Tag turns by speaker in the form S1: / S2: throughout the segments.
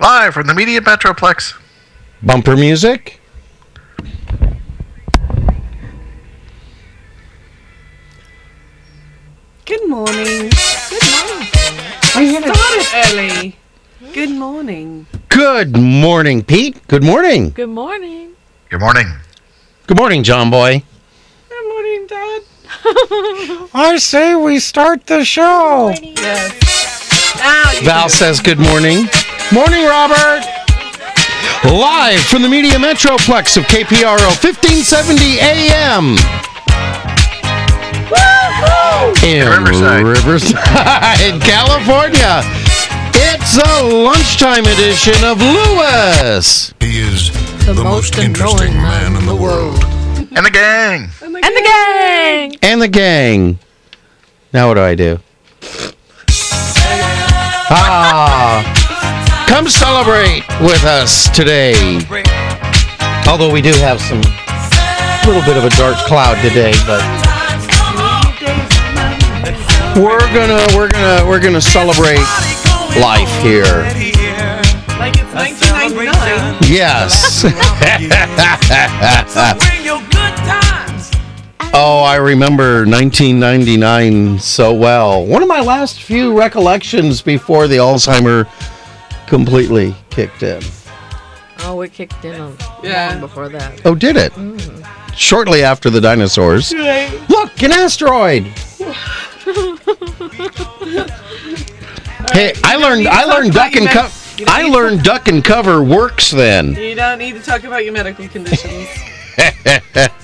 S1: Live from the Media Metroplex.
S2: Bumper music?
S3: Good morning. Good morning. Started early. Good morning.
S2: Good morning, Pete. Good morning.
S4: Good morning.
S1: Good morning.
S2: Good morning, John Boy.
S3: Good morning, Dad.
S2: I say we start the show.
S3: Yes.
S2: Val says good morning. Morning, Robert. Live from the Media Metroplex of KPRO 1570 AM in
S1: Riverside.
S2: Riverside, California. It's a lunchtime edition of Lewis.
S5: He is the, most, interesting man in the world.
S1: And the gang.
S4: And the gang.
S2: and the gang. Now what do I do? Ah, come celebrate with us today. Although we do have some little bit of a dark cloud today, but we're gonna we're gonna we're gonna celebrate life here.
S3: Like it's 1999.
S2: Yes. Oh, I remember 1999 so well. One of my last few recollections before the Alzheimer completely kicked in.
S4: Oh, we kicked in on long
S3: Yeah.
S4: before that.
S2: Oh, did it? Shortly after the dinosaurs. Look, an asteroid. hey, I learned I learned duck and cover.
S3: You don't
S2: I
S3: need-
S2: learned duck and cover works then.
S3: You don't need to talk about your medical conditions.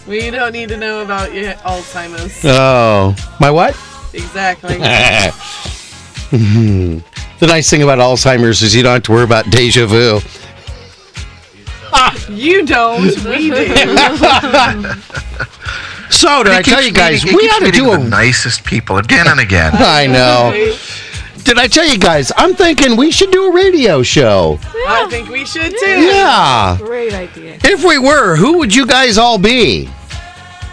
S3: we don't need to know about your Alzheimer's.
S2: Oh, my what?
S3: Exactly.
S2: the nice thing about Alzheimer's is you don't have to worry about deja vu.
S3: You don't. We do.
S2: So did I tell you guys we ought to do
S1: the
S2: a?
S1: nicest people again and again.
S2: I know. Did I tell you guys? I'm thinking we should do a radio show.
S3: I think we should too.
S2: Yeah.
S4: Great idea.
S2: If we were, who would you guys all be?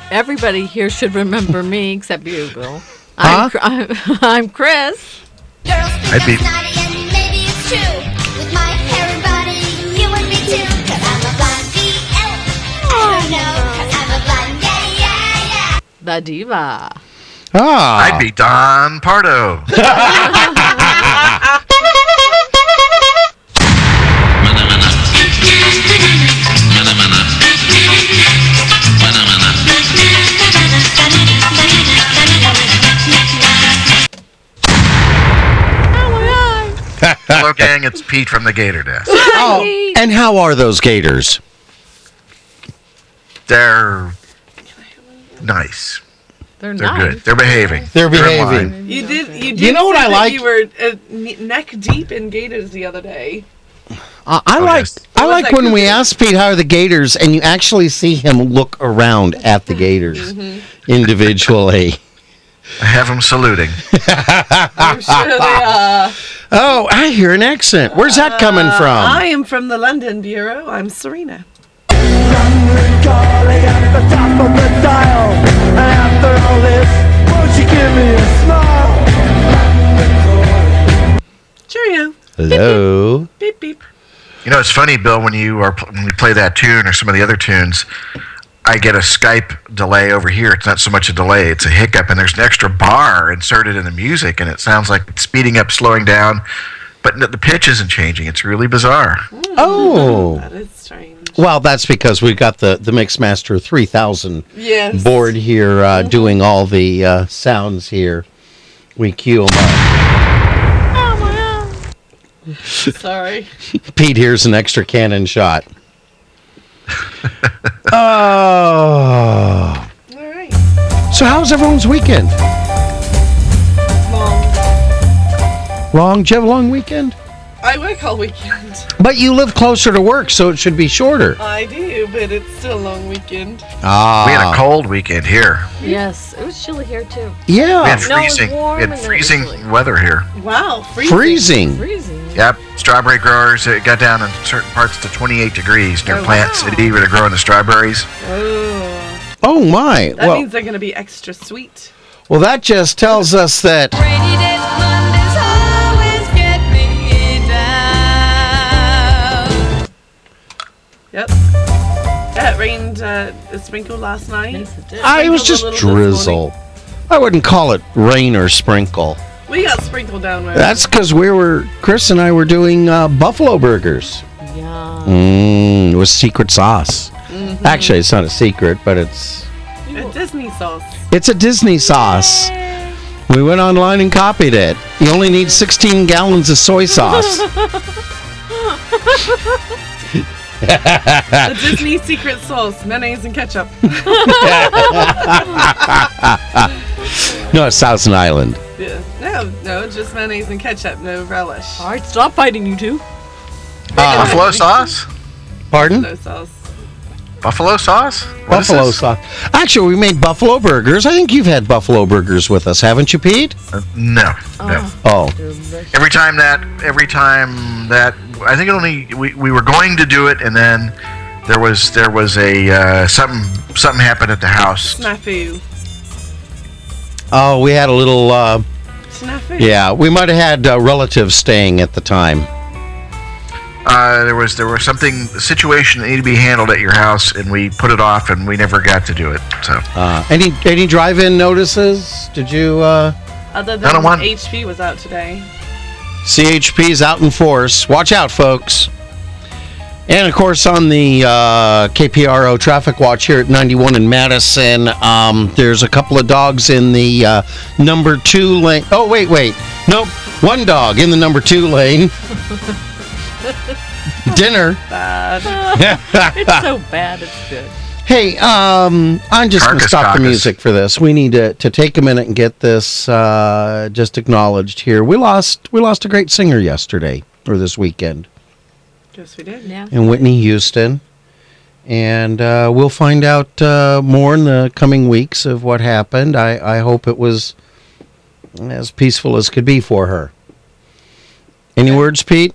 S4: Everybody here should remember me except you, Bill.
S2: Huh?
S4: I'm, Cr- I'm, I'm Chris.
S6: Girls think
S1: I'd be-
S6: I'm snotty and maybe it's true. With my hair and body, you would be too. Cause I'm a blonde BL. Oh no, cause I'm a blonde, yeah, yeah, yeah.
S4: The diva.
S2: Ah.
S1: I'd be Don Pardo. Hello, gang. It's Pete from the Gator Desk.
S2: Oh, and how are those gators?
S1: They're nice.
S4: They're,
S1: They're
S4: nice.
S1: good. They're behaving.
S2: They're
S1: in line.
S2: behaving.
S3: You did. You did.
S2: know what
S3: say
S2: I
S3: that
S2: like?
S3: You were uh, ne- neck deep in gators the other day.
S2: I, Uh, I
S1: Oh,
S2: like
S1: yes.
S2: I
S3: What was
S2: like
S3: that
S2: when we
S3: cookie?
S2: ask Pete how are the gators, and you actually see him look around at the gators individually.
S1: I have them saluting.
S3: I'm sure they are.
S2: Oh, I hear an accent. Where's that coming
S3: I
S2: from?
S3: am from the London Bureau. I'm Serena. Cheerio.
S2: Hello.
S3: Beep beep.
S1: You know, it's funny, Bill, when you are pl- when we play that tune or some of the other tunes, I get a Skype delay over here. It's not so much a delay; it's a hiccup, and there's an extra bar inserted in the music, and it sounds like it's speeding up, slowing down, but n- the pitch isn't changing. It's really bizarre.
S2: Oh.
S3: That is strange.
S2: Well, that's because we've got the the Mixmaster 3000
S3: Yes.
S2: board here uh, doing all the uh, sounds here. We cue 'em up.
S3: Sorry.
S2: Pete, here's an extra cannon shot. oh.
S3: All right.
S2: So, how's everyone's weekend?
S3: Mom,
S2: Long? Did you have a long weekend?
S3: I work all weekend.
S2: But you live closer to work, so it should be shorter.
S3: I do, but it's still a long weekend.
S2: Ah.
S1: We had a cold weekend here.
S4: Yes. It was chilly here, too.
S1: We
S2: Yeah.
S1: had
S4: No, it was
S1: freezing,
S4: warm
S1: we
S4: and
S1: had
S4: then it was
S1: freezing
S4: chilly.
S1: weather here.
S3: Wow. Freezing.
S2: Freezing.
S4: Freezing.
S1: Yep, strawberry growers. It got down in certain parts to 28 degrees near
S3: Oh,
S1: Plant
S3: wow.
S1: City, where they're growing the strawberries.
S3: Oh,
S2: Oh, my.
S3: that
S2: Well,
S3: means they're going to be extra sweet.
S2: well, that just tells us that
S7: Rainy days, Mondays always get me down.
S3: uh, it sprinkled last night?
S4: Yes, it did.
S2: I, Ah, it was
S3: Sprinkled
S2: just
S3: a little this
S2: drizzle. I wouldn't call it rain or sprinkle.
S3: morning. We got sprinkled down there.
S2: That's because we were Chris and I were doing uh, buffalo burgers.
S4: Yeah.
S2: Mmm, with secret sauce. Actually, it's not a secret, but it's
S3: A Disney sauce.
S2: it's a Disney sauce. We went online and copied it. You only need 16 gallons of soy sauce. Ah.
S3: A Disney secret sauce, mayonnaise and ketchup.
S2: no, it's Thousand Island.
S3: Yeah. No, no, just mayonnaise and ketchup, no relish.
S4: All right, stop fighting, you two.
S2: Uh,
S1: Buffalo sauce?
S2: pardon?
S3: No sauce.
S1: Buffalo sauce? What is
S2: Buffalo
S1: this?
S2: sauce. Actually, we made buffalo burgers. I think you've had buffalo burgers with us, haven't you, Pete?
S1: No, no.
S2: Oh,
S1: Every time that, every time that, I think it only we, we were going to do it, and then there was there was a uh, something something happened at the house.
S3: Snafu.
S2: oh, we had a little. Uh,
S3: Snafu.
S2: yeah, we might have had uh, relatives staying at the time.
S1: Uh, there was there was something situation that needed to be handled at your house, and we put it off, and we never got to do it. So
S2: Uh, any any drive-in notices? Did you? Uh,
S3: Other
S1: I
S3: than
S1: don't want-
S3: HP was out today.
S2: CHP's out in force. Watch out, folks. And of course, on the uh, KPRO traffic watch here at 91 in Madison, um, there's a couple of dogs in the uh, number two lane. Oh, wait, wait. Nope. One dog in the number two lane. Dinner.
S3: Bad.
S4: It's so bad, it's good.
S2: Hey, um, I'm just going to
S1: Carcass
S2: stop
S1: caucus.
S2: the music for this. We need to, to take a minute and get this uh, just acknowledged here. We lost we lost a great singer yesterday or this weekend.
S3: Yes, we did.
S4: Yeah.
S2: and Whitney Houston. And uh, we'll find out uh, more in the coming weeks of what happened. I, I hope it was as peaceful as could be for her. Any words, Pete?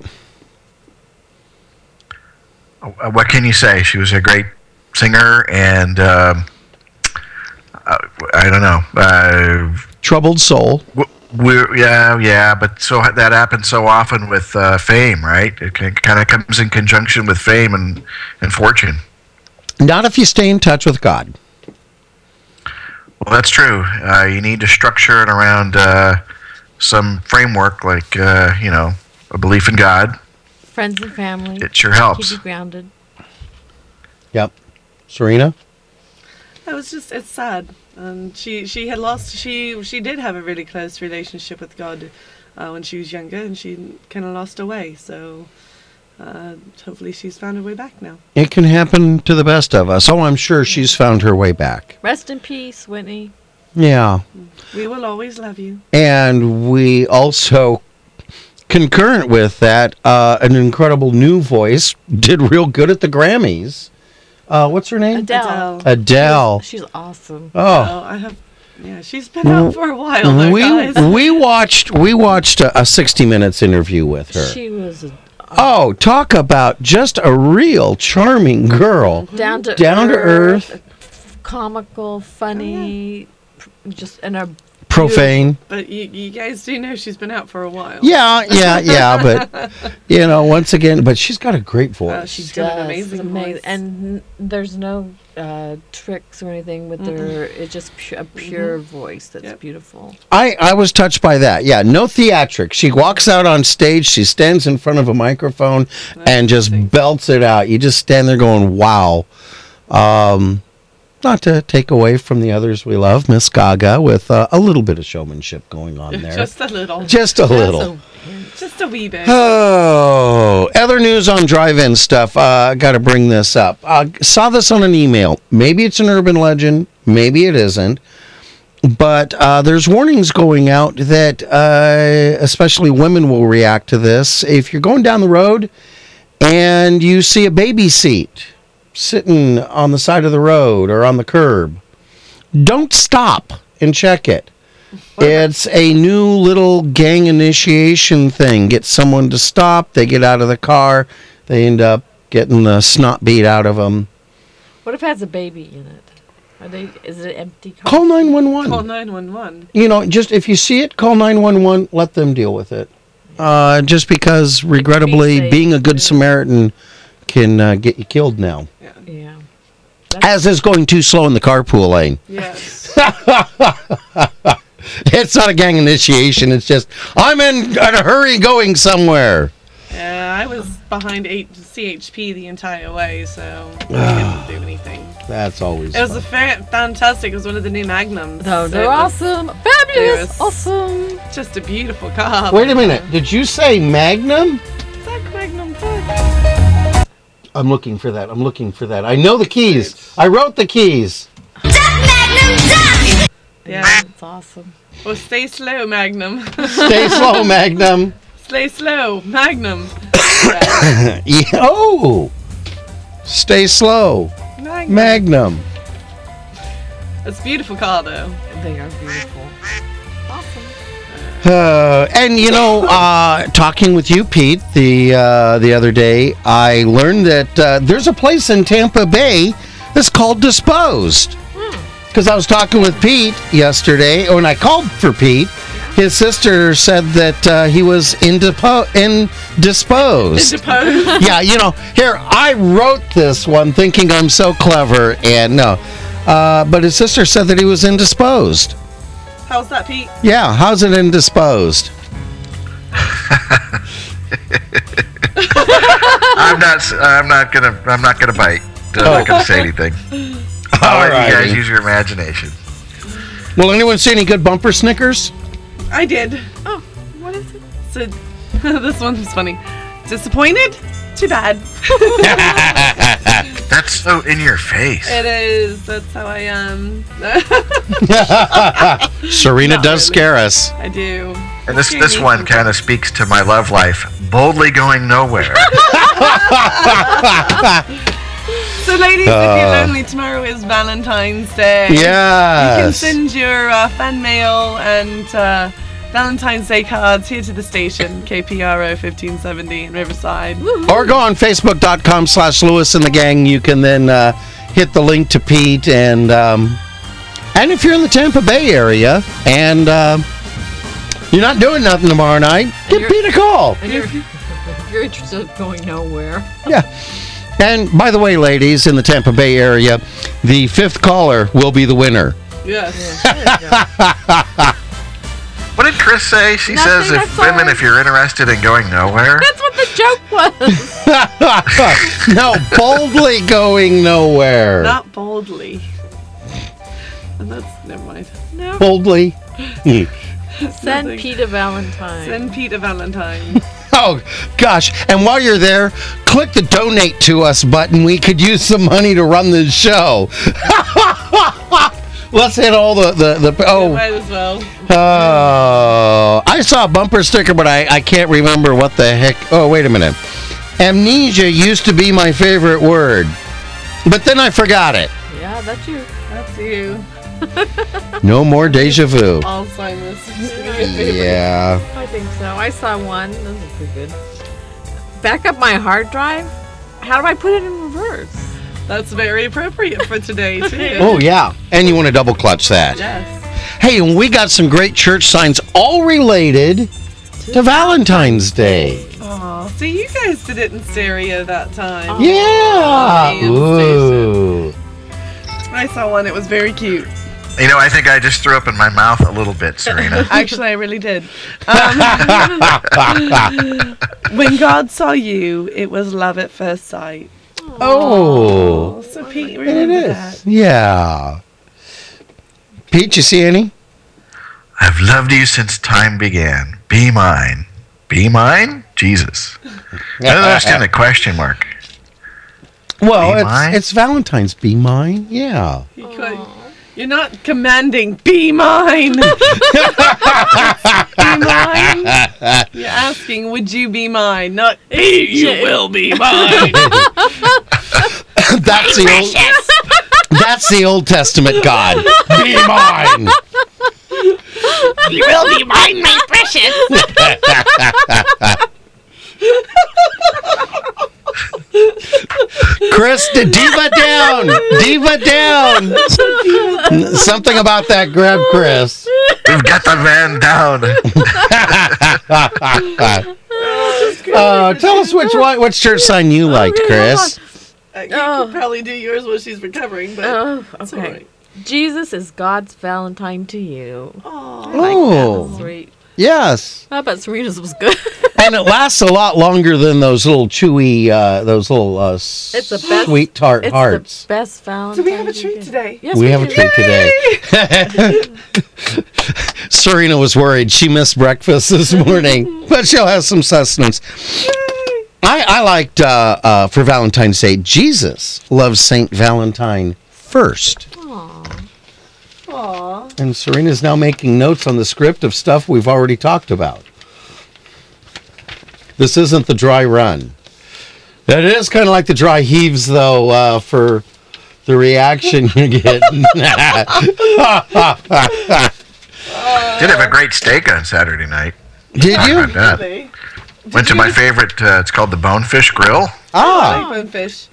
S1: uh, what can you say? She was a great singer, and um, uh, I don't know. Uh,
S2: Troubled soul.
S1: w- we're yeah, yeah, but so that happens so often with uh, fame, right? It kind of comes in conjunction with fame and and fortune.
S2: Not if you stay in touch with God.
S1: Well, that's true. Uh, you need to structure it around uh, some framework, like uh, you know, a belief in God.
S4: Friends and family.
S1: It sure helps.
S4: Keep you grounded.
S2: Yep. Serena?
S3: It was just it's sad. Um, she she had lost. She she did have a really close relationship with God uh, when she was younger, and she kind of lost her way. So uh, hopefully she's found her way back now.
S2: It can happen to the best of us. Oh, I'm sure she's found her way back.
S4: Rest in peace, Whitney.
S2: Yeah.
S3: We will always love you.
S2: And we also, concurrent with that, uh, an incredible new voice did real good at the Grammys. Uh, what's her name?
S4: Adele.
S3: Adele.
S2: Adele.
S4: She's awesome.
S2: Oh, Mm.
S3: Oh, I have. Yeah, she's been out for a while. Though,
S2: we
S3: guys.
S2: we watched we watched a, a sixty minutes interview with her.
S4: She was a
S2: oh, talk about just a real charming girl.
S4: down to
S2: Down to
S4: comical, funny, pr- just and a
S2: Profane.
S3: But you, you guys do know she's been out for a while.
S2: Yeah, yeah, yeah. But you know, once again, but she's got a great
S3: Uh,
S2: voice.
S3: she's got
S4: does
S3: an amazing, voice.
S4: and n- there's no uh, tricks or anything with her. It's just pu- a pure voice that's
S3: Yep.
S4: beautiful.
S2: I, I was touched by that. Yeah, no theatrics. She walks out on stage, she stands in front of a microphone and just belts it out. You just stand there going, wow. Um, not to take away from the others we love, Miss Gaga, with uh, a little bit of showmanship going on there. just,
S3: just a little,
S2: a little.
S3: just a wee bit.
S2: Oh, other news on drive-in stuff. Uh, Got to bring this up. Uh, saw this on an email. Maybe it's an urban legend. Maybe it isn't. But uh, there's warnings going out that uh, especially women will react to this. If you're going down the road and you see a baby seat sitting on the side of the road or on the curb, don't stop and check it. It's a new little gang initiation thing. Get someone to stop. They get out of the car. They end up getting the snot beat out of them.
S4: What if it has a baby in it? Are they? Is it an empty? car?
S2: Call
S3: Call
S2: 911.
S3: nine one one.
S2: You know, just if you see it, call 911. Let them deal with it. Uh, just because, regrettably,
S4: safe,
S2: being a good
S4: too.
S2: Samaritan can uh, get you killed now.
S4: Yeah.
S2: as is going too slow in the carpool lane.
S3: Yes.
S2: It's not a gang initiation. It's just I'm in a hurry going somewhere.
S3: yeah, Uh, I was behind eight CHP the entire way, so
S2: Ah.
S3: I didn't do anything.
S2: That's always.
S3: It was a fa- fantastic. It was one of the new Magnums.
S4: No,
S3: so
S4: they're
S3: it was
S4: awesome,
S3: They
S4: fabulous,
S3: were-
S4: awesome.
S3: Just a beautiful car.
S2: Wait a minute. Did you say Magnum?
S3: Fuck Magnum, fuck.
S2: I'm looking for that. I'm looking for that. I know the keys. I wrote the keys.
S6: Duck Magnum Duck!
S3: Yeah.
S4: It's awesome.
S3: Or stay slow, Magnum.
S2: Stay slow, Magnum.
S3: stay slow, Magnum.
S2: Yeah. Oh. Stay slow,
S3: Magnum.
S2: Magnum.
S3: it's a beautiful car, though.
S4: They are beautiful. Awesome.
S2: Uh, and you know, uh, talking with you, Pete, the uh, the other day, I learned that uh, there's a place in Tampa Bay that's called Disposed. Because I was talking with Pete yesterday, when I called for Pete, his sister said that uh, he was in, depo- in disposed.
S3: Deposed.
S2: yeah, you know, here I wrote this one thinking I'm so clever, and no, uh, but his sister said that he was indisposed.
S3: How's that, Pete?
S2: Yeah, how's it indisposed?
S1: I'm not. s- I'm not gonna. I'm not gonna bite. I'm not gonna say anything. I'll let you guys
S2: Alrighty.
S1: use your imagination.
S2: Will anyone see any good bumper Snickers?
S3: I did.
S4: Oh, what is it?
S3: So, this one's funny. Disappointed? Too bad.
S1: That's so in your face.
S3: it is. That's how I um, am.
S2: Serena
S3: Not
S2: does
S3: really.
S2: scare us.
S3: I do.
S1: And this this one kind of speaks to my love life. Boldly going nowhere.
S3: So, ladies, if
S2: Uh.
S3: you're lonely, tomorrow is Valentine's Day. You can
S2: Yes.
S3: send your uh, fan mail and uh, Valentine's Day cards here to the station, KPRO 1570 in Riverside.
S2: Or go on Facebook.com slash Lewis and the Gang. You can then uh, hit the link to Pete. And um, and if you're in the Tampa Bay area and uh, you're not doing nothing tomorrow night, give
S4: you're-
S2: Pete a call.
S4: And you're, if you're interested in going nowhere.
S2: And by the way, ladies, in the Tampa Bay area, the fifth caller will be the winner.
S3: Yes.
S1: what did Chris say? She
S4: Nothing,
S1: says,
S4: that's
S1: "If
S4: all
S1: women,
S4: right.
S1: if you're interested in going nowhere,
S4: That's what the joke was.
S2: no, boldly going nowhere.
S3: Not boldly. And that's, never mind.
S4: No.
S2: Boldly. Hmm.
S4: Send
S3: nothing.
S4: Peter Valentine.
S3: Send Pete a Valentine.
S2: Oh gosh! And while you're there, click the donate to us button. We could use some money to run this show. Let's hit all the the, the oh
S3: Might as well.
S2: oh! I saw a bumper sticker, but I I can't remember what the heck. Oh wait a minute! Amnesia used to be my favorite word, but then I forgot it.
S4: yeah, that's you.
S3: That's you.
S2: No more deja vu.
S3: I'll sign this.
S2: Yeah.
S4: I think so. I saw one. This is pretty good. Back up my hard drive. How do I put it in reverse?
S3: That's very appropriate for today, too.
S2: Oh yeah. And you want to double clutch that.
S3: Yes.
S2: Hey, and we got some great church signs all related to Valentine's Day.
S3: Oh, see, you guys did it in stereo that time.
S2: Yeah. Ooh.
S3: I saw one. It was very cute.
S1: you know, I think I just threw up in my mouth a little bit, Serena."
S3: Actually, I really did. Um, when God saw you, it was love at first sight.
S2: Oh.
S3: So Pete,
S2: It
S3: remember
S2: is.
S3: that.
S2: Yeah. Pete, you see any?
S1: I've loved you since time began. Be mine. Be mine, Jesus. I don't understand the question mark. Be
S2: Well,
S1: mine?
S2: it's, it's Valentine's. Be mine. Yeah.
S3: You could, you're not commanding. Be mine. be mine. You're asking, would you be mine? Not you will be mine.
S2: that's the old. That's the Old Testament God. Be mine.
S6: You will be mine, my precious!
S2: Chris, d- diva down, diva down. Something about that grab, Chris.
S1: We've got the man down.
S6: Oh,
S2: Uh, tell us which one, which church sign you liked, Chris.
S3: Uh, you
S4: Oh.
S3: could probably do yours while she's recovering, but
S4: Oh,
S3: it's all
S4: okay.
S3: right.
S4: Jesus is God's Valentine to you.
S3: Aw.
S2: Oh,
S4: Sweet.
S2: yes.
S4: I bet Serena's was good.
S2: And it lasts a lot longer than those little chewy, uh, those little uh,
S4: It's the best-
S2: sweet tart
S4: it's
S2: hearts.
S4: the best Valentine.
S3: So we have a
S4: you
S3: treat
S4: get.
S3: today.
S4: Yes,
S2: we, have a
S4: do.
S2: treat today. Serena was worried she missed breakfast this morning, but she'll have some sustenance. I, I liked uh, uh, for Valentine's Day. Jesus loves Saint Valentine first,
S4: Aw.
S3: Aw.
S2: and Serena's now making notes on the script of stuff we've already talked about. This isn't the dry run. It is kind of like the dry heaves, though, uh, for the reaction you get.
S1: Did have a great steak on Saturday night.
S2: Did
S1: Talk
S2: you?
S1: about that.
S3: Really?
S1: Went to
S3: you
S1: my
S3: just-
S1: favorite. Uh, it's called the Bonefish Grill,
S2: Ah,
S3: Like bonefish.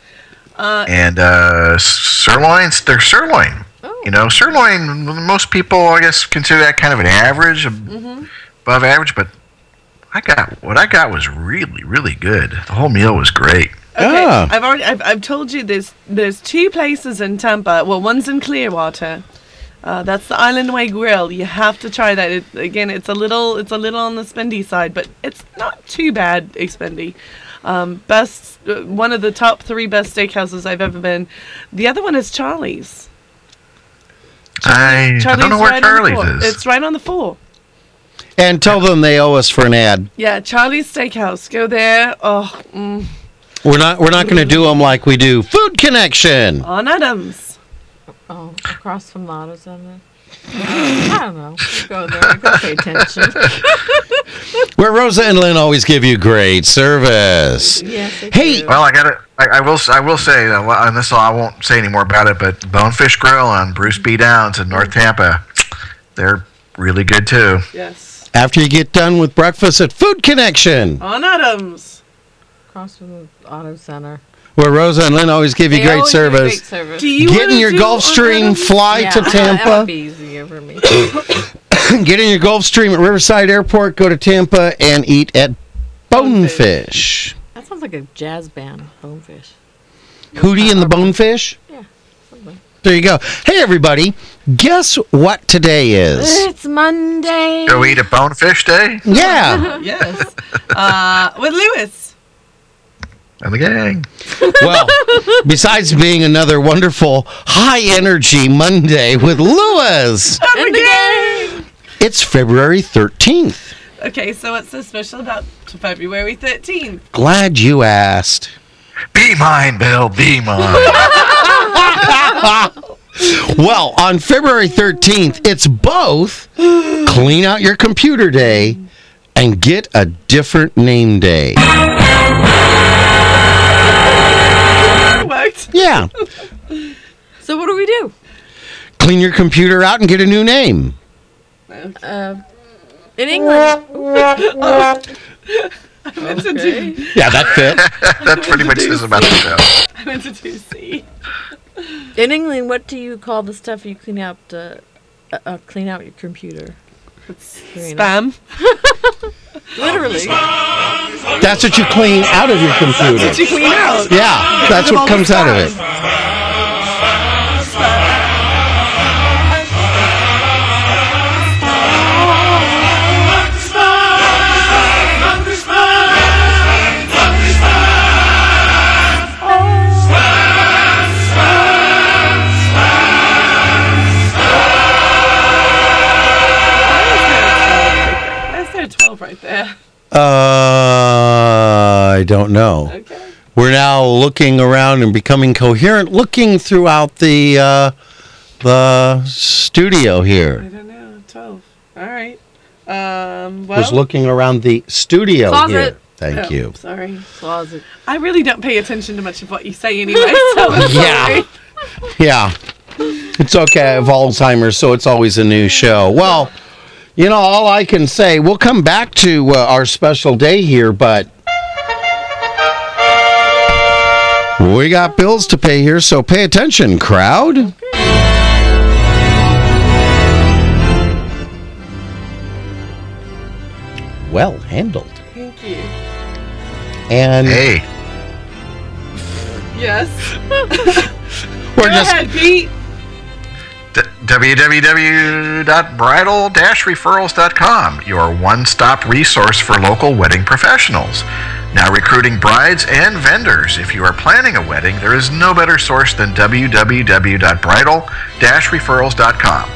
S1: and uh, sirloins. They're sirloin.
S3: Oh.
S1: You know, sirloin. Most people, I guess, consider that kind of an average,
S3: Mm-hmm.
S1: above average. But I got what I got was really, really good. The whole meal was great.
S3: Okay.
S2: Ah.
S3: I've already I've, I've told you there's there's two places in Tampa. Well, one's in Clearwater. Uh, that's the Island Way Grill. You have to try that. It, again, it's a little it's a little on the spendy side, but it's not too bad expendy. Um, best uh, one of the top three best steakhouses I've ever been. The other one is Charlie's.
S1: I, I
S3: Charlie's
S1: don't know where
S3: right on the
S1: Charlie's
S3: four.
S1: is.
S3: It's right on the four.
S2: and tell them they owe us for an ad.
S3: Yeah, Charlie's Steakhouse. Go there. Oh, mm,
S2: We're not we're not going to do them like we do Food Connection.
S3: on Adams.
S4: Oh, across from the auto center. I don't know. You go there. I gotta pay attention.
S2: Where Rosa and Lynn always give you great service.
S4: yes. I
S2: Hey,
S4: do.
S1: Well, I got it. I, I will. s- I will say, uh, well, and this I won't say any more about it. But Bonefish Grill on Bruce B. Downs in North Tampa, they're really good too.
S3: Yes,
S2: after you get done with breakfast at Food Connection,
S3: on Adams.
S4: across from the auto center.
S2: where Rosa and Lynn always give you
S4: They
S2: great
S4: always do
S2: service.
S4: Great service.
S3: Do you
S2: Get in
S3: wanna
S2: your
S3: do on
S2: Gulfstream,
S3: Adams?
S2: fly to
S4: Yeah, That would
S2: Tampa.
S4: be easier for me.
S2: Get in your Gulfstream at Riverside Airport, go to Tampa, and eat at Bonefish.
S4: that sounds like a jazz band. Bonefish.
S2: Hootie and the Bonefish.
S4: Yeah, something.
S2: There you go. Hey, everybody, guess what today is?
S4: It's Monday.
S3: Mm-hmm.
S1: Go eat a Bonefish Day
S2: Yeah.
S3: Yes. Uh, with Lewis.
S1: and the gang.
S2: Well, besides being another wonderful high energy Monday with Lewis,
S4: And the gang.
S2: it's February 13th.
S3: Okay, so what's so special about February 13th?
S2: Glad you asked.
S1: Be mine, Bill. Be mine.
S2: Well, on February 13th, it's both Clean Out Your Computer Day and Get a Different Name Day.
S3: It worked.
S2: Yeah,
S4: So what do we do?
S2: clean your computer out and get a new name.
S4: Uh, in England.
S3: I meant to do.
S2: Yeah, that fits.
S1: that pretty much is about the show.
S3: I meant to do C.
S4: In England, what do you call the stuff you clean out to uh, uh, clean out your computer? Serena.
S3: Spam.
S4: Literally.
S2: That's what you clean out of your computer.
S3: To clean out.
S2: Yeah, that's what comes out of it.
S3: That's their 12 right there.
S2: Uh, I don't know.
S3: Okay.
S2: We're now looking around and becoming coherent, looking throughout the uh, the studio
S3: I
S2: here.
S3: don't know. 12. All right. Um, well.
S2: Was looking around the studio
S4: Closet.
S2: here. Thank
S3: oh,
S2: you.
S3: Sorry.
S4: Closet.
S3: I really don't pay attention to much of what you say anyway, so I'm
S2: Yeah.
S3: sorry.
S2: Yeah. It's okay. I have Alzheimer's, so it's always a new show. Well, you know, all I can say, we'll come back to uh, our special day here, but we got bills to pay here, so pay attention, crowd. Well handled.
S3: Thank you.
S2: And
S1: Hey,
S3: Yes.
S2: We're
S3: Go ahead, Pete.
S1: D- www.bridal-referrals.com, your one-stop resource for local wedding professionals. Now recruiting brides and vendors. If you are planning a wedding, there is no better source than www.bridal-referrals.com.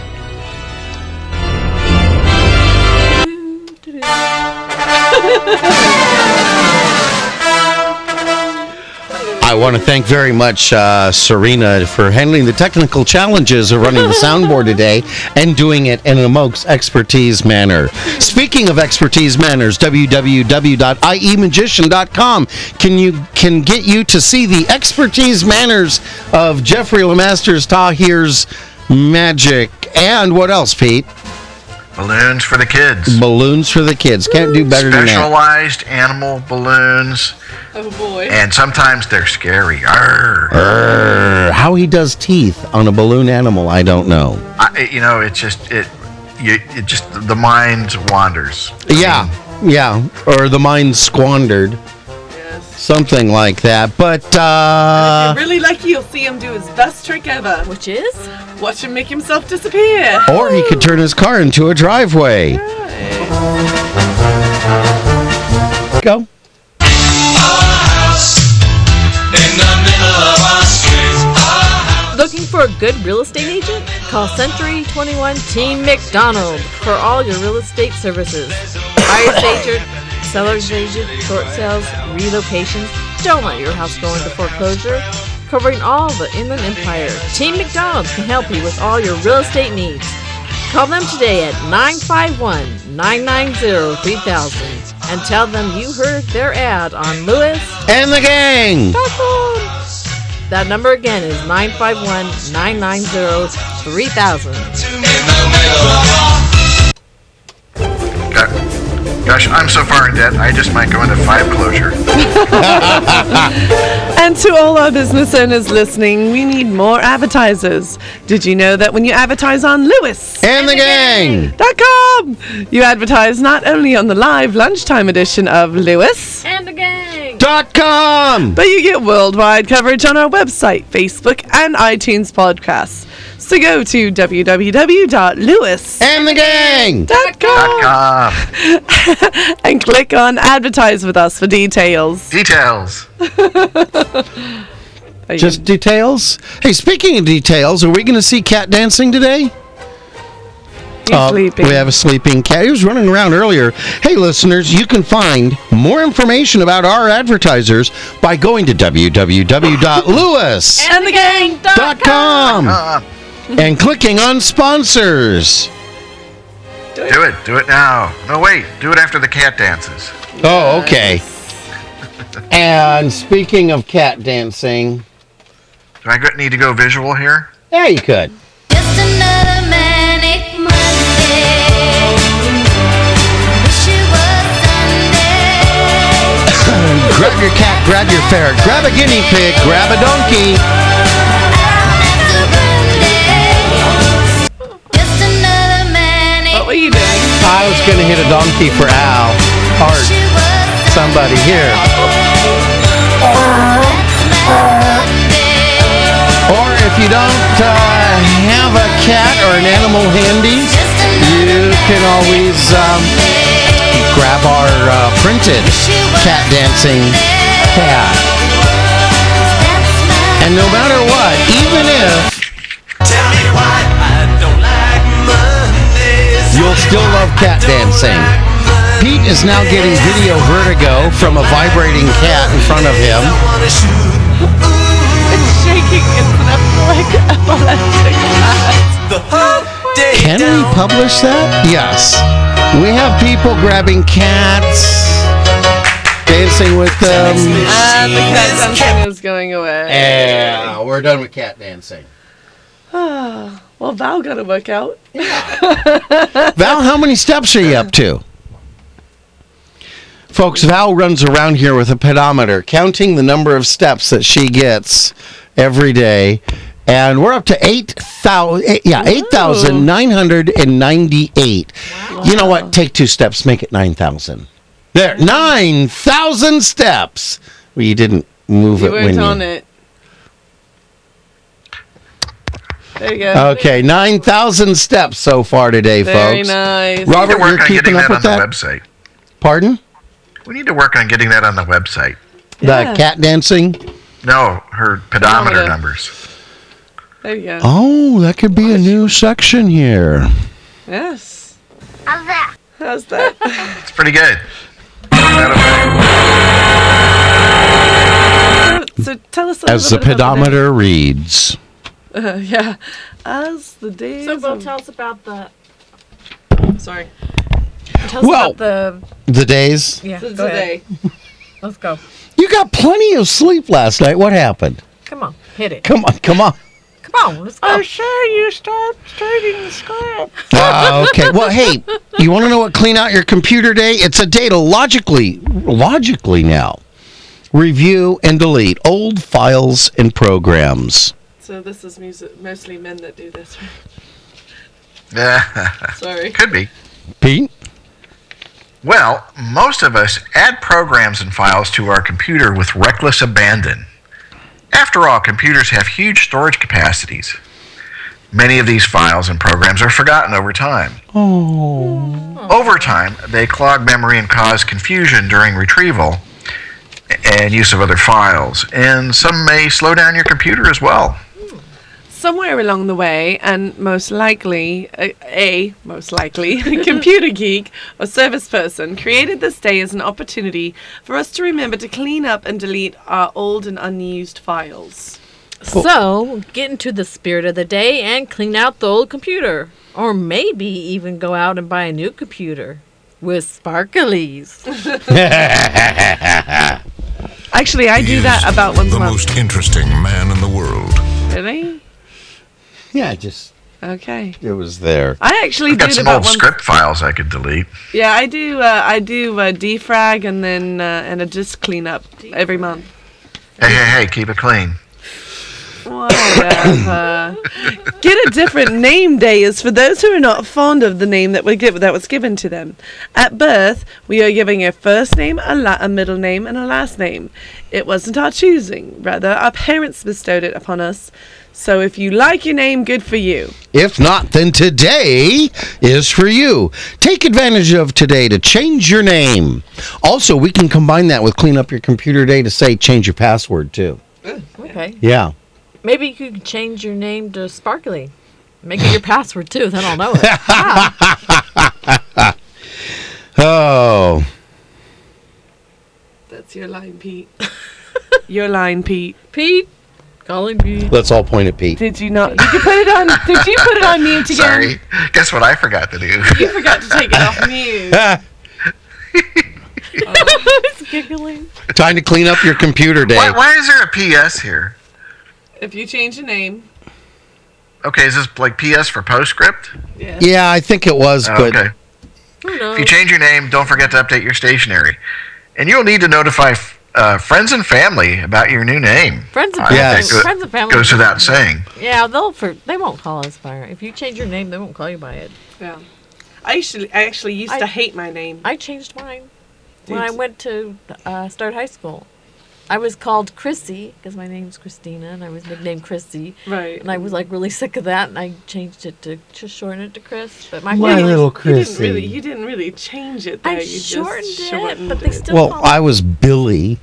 S2: I want to thank very much uh, Serena for handling the technical challenges of running the soundboard today and doing it in a most expertise manner. Speaking of expertise manners, E www.iemagician.com can you can get you to see the expertise manners of Jeffrey Lemasters Tahir's magic and what else, Pete?
S1: Balloons for the kids.
S2: Balloons for the kids. Can't do better than that.
S1: Specialized animal balloons,
S3: Oh boy.
S1: and sometimes they're scary. Arr.
S2: Err, How he does teeth on a balloon animal, I don't know.
S1: I, you know, it's just it. You, it just the mind wanders.
S2: Yeah, yeah, or the mind squandered,
S3: Yes.
S2: something like that. But uh,
S3: if you're really lucky, you'll see him do his best trick ever.
S4: Which is?
S3: Watch him make himself disappear.
S2: or he could turn his car into a driveway. Go.
S4: Looking for a good real estate agent? Call Century 21 Team McDonald for all your real estate services. Buyer's agent, seller's agent, short sales, relocations. Don't let your house go into foreclosure. Covering all the Inland Empire, Team McDonald can help you with all your real estate needs. Call them today at 951 990 3000 and tell them you heard their ad on Lewis
S2: And the gang.
S4: that number again is 951 990 3000.
S1: Got- Uh, Gosh, I'm so far in debt. I just might go into five closure.
S3: And to all our business owners listening, we need more advertisers. Did you know that when you advertise on Lewis,
S2: And the gang.
S3: com. You advertise not only on the live lunchtime edition of Lewis,
S4: And the gang!
S2: Dot com.
S3: but you get worldwide coverage on our website, Facebook, and iTunes podcasts. So go to www.lewis.com
S2: And the gang.
S1: Dot com.
S3: and click on Advertise with Us for details.
S1: Details.
S3: Are you-
S2: Just details. Hey, speaking of details, are we going to see cat dancing today?
S3: you
S2: Uh,
S3: sleeping.
S2: We have a sleeping cat. He was running around earlier. Hey, listeners, you can find more information about our advertisers by going to www.lewis.com
S3: and the gang.
S1: Uh,
S2: and clicking on sponsors.
S1: do it. Do it now. No, wait. Do it after the cat dances.
S2: Oh, okay. And speaking of cat dancing,
S1: Do I go- need to go visual here?
S2: yeah, you could.
S6: Just another manic Monday. Wish it was Sunday.
S2: Grab your cat, grab your ferret, grab a guinea pig, grab a donkey.
S6: I don't have to run late. Just another manic.
S3: What were you doing?
S2: I was going to hit a donkey for Al.
S6: Wish
S2: Hard.
S6: it was
S2: Somebody here.
S6: Sunday.
S2: Or if you don't uh, have a cat or an animal handy,
S6: Just
S2: you
S6: another
S2: can always um,
S6: manic
S2: grab our uh, printed cat dancing cat.
S6: That's
S2: And no matter what, even if
S7: Tell me why I don't like Mondays.
S2: you'll still love cat dancing. Pete is now getting video vertigo from a vibrating cat in front of him.
S7: I wanna shoot
S3: It's shaking. It's an up like a epileptic attack.
S7: the whole day
S2: Can we
S7: down.
S2: publish that? Yes. We have people grabbing cats, dancing with them.
S3: I think that something is going away.
S2: Eh. Yeah, we're done with cat dancing.
S3: Well, Val got a workout.
S2: Val, how many steps are you up to? Folks, Val runs around here with a pedometer, counting the number of steps that she gets every day. And we're up to 8,000, yeah, 8,998. You know what? Take two steps, make it 9,000. There, 9,000 steps. Well, you didn't move
S3: You
S2: it when
S3: weren't
S2: you-
S3: on it. There you go.
S2: Okay, 9,000 steps so far today,
S3: Very
S2: Oh, folks.
S3: nice.
S1: We need
S2: Robert,
S1: to
S2: you're
S1: work on
S2: keeping
S1: getting
S2: up
S1: that
S2: with
S1: on
S2: that?
S1: the website.
S2: Pardon?
S1: We need to work on getting that on the website.
S2: The
S3: Yeah.
S2: cat dancing?
S1: No, her pedometer
S3: Pedometer.
S1: numbers.
S3: There you go.
S2: Oh, that could be a new section here.
S3: Yes.
S6: How's that?
S3: How's that?
S1: It's pretty good. Pedometer.
S3: so tell us a
S2: As the
S3: little bit about the
S2: pedometer reads.
S3: day. yeah. As the days.
S4: So, Bo,
S3: of-
S4: tell us about the.
S3: Sorry.
S4: Tell us
S2: Well-
S4: about the.
S2: The days?
S4: Yeah.
S3: So
S4: go ahead.
S3: today.
S4: Let's go.
S2: You got plenty of sleep last night. What happened?
S4: Come on. Hit it.
S2: Come on, come on.
S4: Come on. Let's go.
S2: Ah, okay. Well, hey, you want to know what clean out your computer day? It's a day to logically, logically now, review and delete old files and programs.
S3: So this is music, mostly men that do this.
S1: Yeah,
S3: Sorry.
S1: could be.
S2: Pete?
S1: Well, most of us add programs and files to our computer with reckless abandon. After all, computers have huge storage capacities. Many of these files and programs are forgotten over time. Oh. Over time, they clog memory and cause confusion during retrieval and use of other files, and some may slow down your computer as well.
S3: somewhere along the way, and most likely, a, a most likely, computer geek or service person created this day as an opportunity for us to remember to clean up and delete our old and unused files.
S4: So, get into the spirit of the day and clean out the old computer. Or maybe even go out and buy a new computer with sparklies.
S3: Actually, I do that about once
S5: The
S3: a month.
S5: most interesting man in the world.
S3: Really?
S2: Yeah, just
S3: Okay.
S2: it was there.
S3: I actually
S1: I've
S3: do
S1: got
S3: it
S1: some
S3: about
S1: old
S3: once.
S1: script files I could delete.
S3: Yeah, I do. Uh, I do uh, defrag and then uh, and a disk cleanup every month.
S1: Hey, hey, hey, keep it clean.
S3: Whatever. Get a different name day is for those who are not fond of the name that we give, that was given to them. At birth, we are giving a first name, a, la- a middle name, and a last name. It wasn't our choosing; rather, our parents bestowed it upon us. So, if you like your name, good for you.
S2: If not, then today is for you. Take advantage of today to change your name. Also, we can combine that with clean up your computer day to say change your password too.
S4: Okay.
S2: Yeah.
S4: Maybe you could change your name to Sparkly. Make it your password too, then I'll know it.
S2: Oh.
S3: That's your line, Pete. your line, Pete.
S4: Pete, calling Pete.
S2: Let's all point at Pete.
S3: Did you not? Did you put it on? Did you put it on mute again?
S1: Sorry. Guess what I forgot to do?
S3: You forgot to take it off mute. Oh,
S4: He's giggling.
S2: Time to clean up your computer day.
S1: Why, why is there a PS here?
S3: If you change your name,
S1: Okay, is this like PS for postscript?
S3: yeah.
S2: Yeah, I think it was,
S1: Oh,
S2: but
S1: okay.
S4: Who knows?
S1: If you change your name, don't forget to update your stationery. And you'll need to notify f- uh, friends and family about your new name.
S4: Friends and
S1: I
S4: family.
S2: Yeah,
S1: think
S2: Yes.
S1: it
S4: Friends and family.
S1: Goes without saying.
S4: Yeah, they'll for, they won't call us by it. If you change your name, they won't call you by it.
S3: Yeah. I actually, I actually used
S4: I-
S3: to hate my name.
S4: I changed mine when I
S3: Dudes.
S4: went to uh, start high school. I was called Chrissy because my name's Christina, and I was nicknamed Chrissy.
S3: Right.
S4: And I was like really sick of that, and I changed it to just shorten it to Chris. But my
S2: My
S4: family,
S2: little
S3: You didn't really,
S2: Chrissy.
S3: you didn't really change it. Though.
S4: I
S3: you
S4: shortened it,
S3: just shortened
S4: but they
S3: it.
S4: still
S2: well,
S4: call
S2: I was Billy.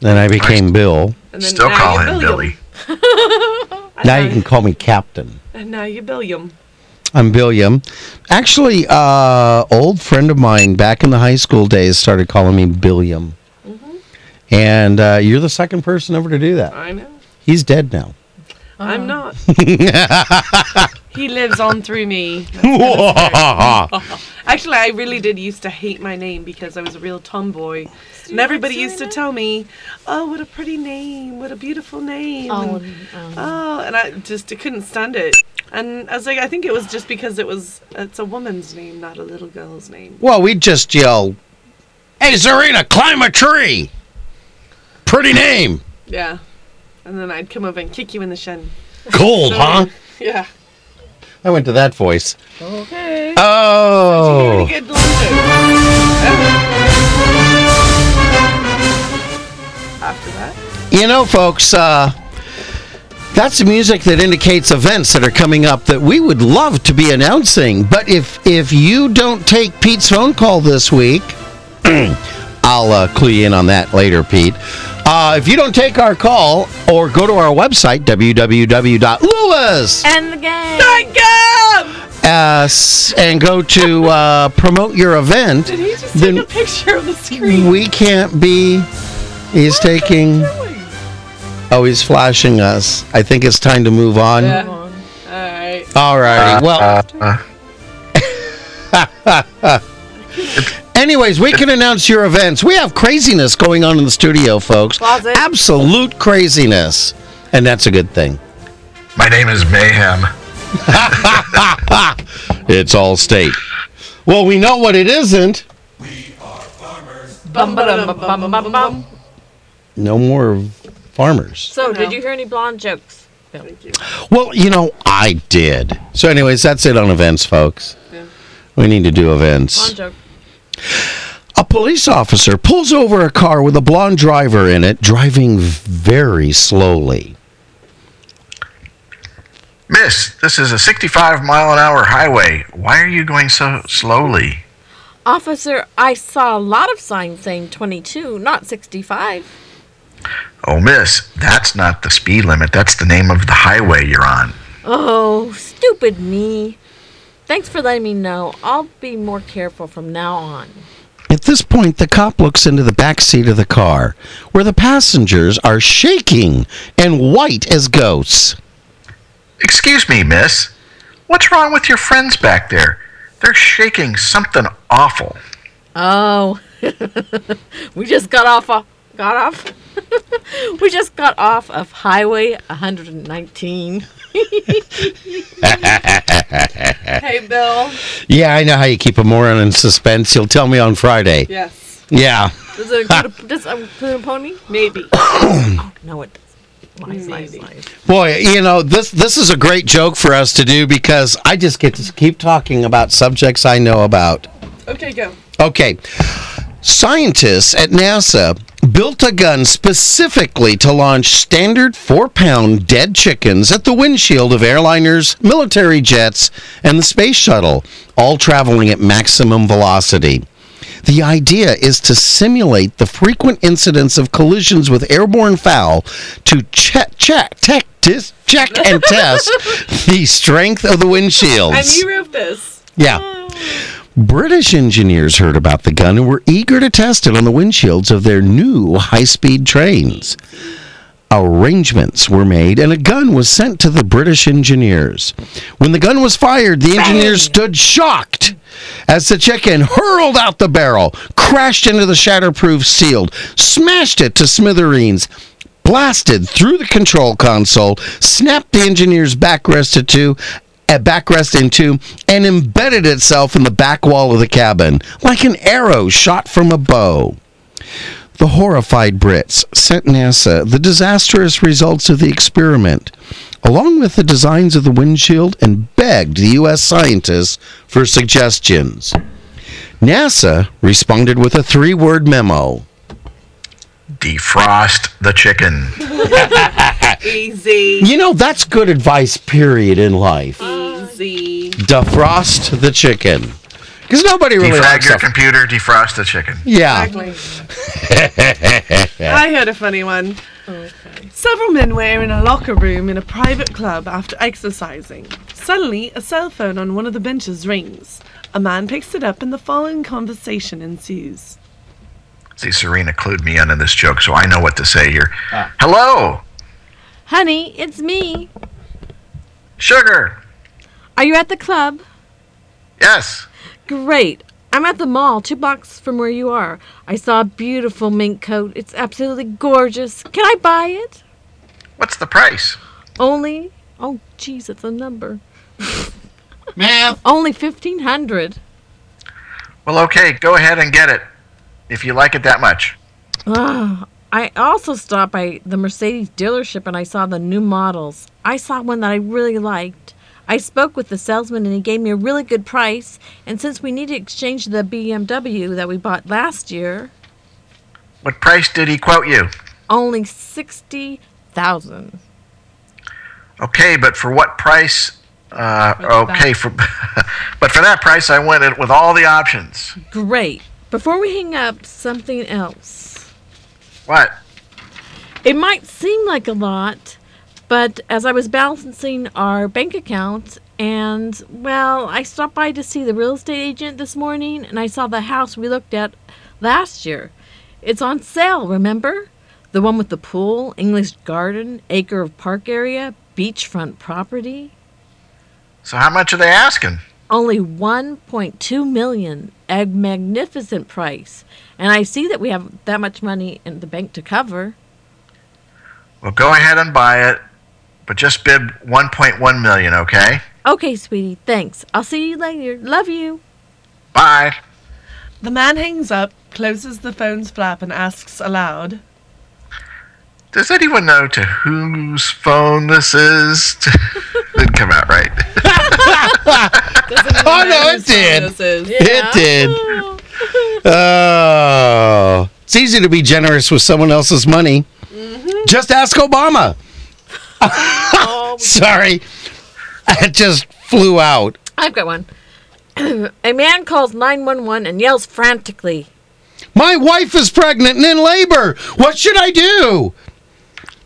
S2: Then I became Bill.
S3: and
S1: Still
S3: now
S1: call
S3: you're
S1: him Billy.
S3: And
S2: Now you can call me Captain.
S3: And now you're Billiam.
S2: I'm Billiam. Actually, uh, old friend of mine back in the high school days started calling me Billiam. And uh, you're the second person ever to do that.
S3: I know.
S2: He's dead now.
S4: Uh-huh.
S3: I'm not. he lives on through me. Actually, I really did used to hate my name because I was a real tomboy. And everybody used to tell me, "Oh, what a pretty name! What a beautiful name!"
S4: Oh,
S3: and,
S4: um,
S3: oh, and I just couldn't stand it. And I was like, I think it was just because it was it's a woman's name, not a little girl's name.
S2: Well, we just yell, "Hey, Zarina, climb a tree!" Pretty name,
S3: Yeah. And then I'd come over and kick you in the shin.
S2: cold,
S3: So-
S2: huh?
S3: Yeah.
S2: I went to that voice.
S4: okay.
S2: Oh,
S3: Pretty good laundry. After that,
S2: you know, folks. Uh, That's music that indicates events that are coming up that we would love to be announcing. But if if you don't take Pete's phone call this week, I'll uh, clue you in on that later, Pete. Uh, if you don't take our call or go to our website, www.lewis,
S4: And the game.
S2: uh, s- and go to uh, promote your event,
S3: Did he just
S2: Then-
S3: take a picture of the screen?
S2: we can't be. He's taking. Oh, he's flashing us. I think it's time to move on.
S3: Yeah.
S4: Come on.
S3: Alright.
S2: All righty. well, anyways, we can announce your events. We have craziness going on in the studio, folks.
S4: Closet.
S2: Absolute craziness. And that's a good thing.
S1: My name is Mayhem.
S2: It's all state. Well, we know what it isn't.
S4: Bum, ba-dum, bum, bum, bum, bum, bum.
S2: No more farmers.
S4: So, did you hear any blonde jokes? No.
S2: Well, you know, I did. So, anyways, that's it on events, folks. We need to do events.
S4: Blonde joke.
S2: A police officer pulls over a car with a blonde driver in it, driving very slowly.
S1: Miss, this is a 65 mile an hour highway. Why are you going so slowly?
S4: Officer, I saw a lot of signs saying 22, not 65.
S1: Oh, miss, that's not the speed limit. That's the name of the highway you're on.
S4: Oh, stupid me. Thanks for letting me know. I'll be more careful from now on.
S2: At this point, the cop looks into the back seat of the car, where the passengers are shaking and white as ghosts.
S1: Excuse me, miss. What's wrong with your friends back there? They're shaking something awful.
S4: Oh, we just got off. Of, got off. we just got off of Highway 119.
S3: Hey, Bill.
S2: Yeah, I know how you keep a moron in suspense. You'll tell me on Friday.
S3: Yes.
S2: Yeah.
S4: Does it include a, does it include a pony?
S3: Maybe.
S4: Oh, No, it doesn't. Lies, lies,
S3: Maybe.
S4: lies.
S2: Boy, you know, this this is a great joke for us to do because I just get to keep talking about subjects I know about.
S3: Okay, go.
S2: Okay. Scientists at NASA built a gun specifically to launch standard four pound dead chickens at the windshield of airliners, military jets, and the space shuttle, all traveling at maximum velocity. The idea is to simulate the frequent incidence of collisions with airborne fowl to check, check, tech, dis, check, and test the strength of the windshields.
S3: And you wrote this.
S2: Yeah. British engineers heard about the gun and were eager to test it on the windshields of their new high speed trains. Arrangements were made and a gun was sent to the British engineers. When the gun was fired, the engineers stood shocked as the chicken hurled out the barrel, crashed into the shatterproof shield, smashed it to smithereens, blasted through the control console, snapped the engineer's backrest in two, uh, backrest in two, and embedded itself in the back wall of the cabin like an arrow shot from a bow. The horrified Brits sent NASA the disastrous results of the experiment, along with the designs of the windshield, and begged the U.S. scientists for suggestions. NASA responded with a three word memo.
S1: Defrost the chicken.
S3: Easy.
S2: You know, that's good advice, period, in life.
S3: Easy.
S2: Defrost the chicken. Because nobody really
S1: Defrag
S2: likes
S1: your
S2: stuff.
S1: computer, defrost the chicken.
S2: Yeah.
S3: Exactly. I heard a funny one. Several men were in a locker room in a private club after exercising. Suddenly, a cell phone on one of the benches rings. A man picks it up, and the following conversation ensues.
S1: See, Serena clued me into this joke, so I know what to say here.
S2: Ah.
S1: Hello,
S4: Honey, it's me.
S1: sugar.
S4: Are you at the club?
S1: Yes.
S4: Great. I'm at the mall, two blocks from where you are. I saw a beautiful mink coat. It's absolutely gorgeous. Can I buy it?
S1: What's the price?
S4: Only, oh, jeez, it's a number. Ma'am. Only fifteen hundred.
S1: Well, okay, go ahead and get it if you like it that much.
S4: Ah, I also stopped by the Mercedes dealership and I saw the new models. I saw one that I really liked. I spoke with the salesman and he gave me a really good price. And since we need to exchange the BMW that we bought last year,
S1: What price did he quote you?
S4: only sixty thousand.
S1: Okay, but for what price? Uh,
S4: For the
S1: okay, for but for that price, I went it with all the options.
S4: Great. Before we hang up, something else.
S1: What?
S4: It might seem like a lot, but as I was balancing our bank account, and well, I stopped by to see the real estate agent this morning and I saw the house we looked at last year. It's on sale, remember? The one with the pool, English garden, acre of park area, beachfront property.
S1: So how much are they asking?
S4: Only 1.2 million, a magnificent price. And I see that we have that much money in the bank to cover.
S1: Well, go ahead and buy it, but just bid 1.1 million. Okay.
S4: Okay, sweetie, thanks. I'll see you later. Love you.
S1: Bye.
S3: The man hangs up, closes the phone's flap, and asks aloud,
S1: Does anyone know to whose phone this is? Didn't come out right.
S2: Oh, no, it did. It did. Oh, it's easy to be generous with someone else's money. Just ask Obama. Sorry, it just flew out.
S4: I've got one. a man calls 911 and yells frantically.
S2: My wife is pregnant and in labor. What should I do?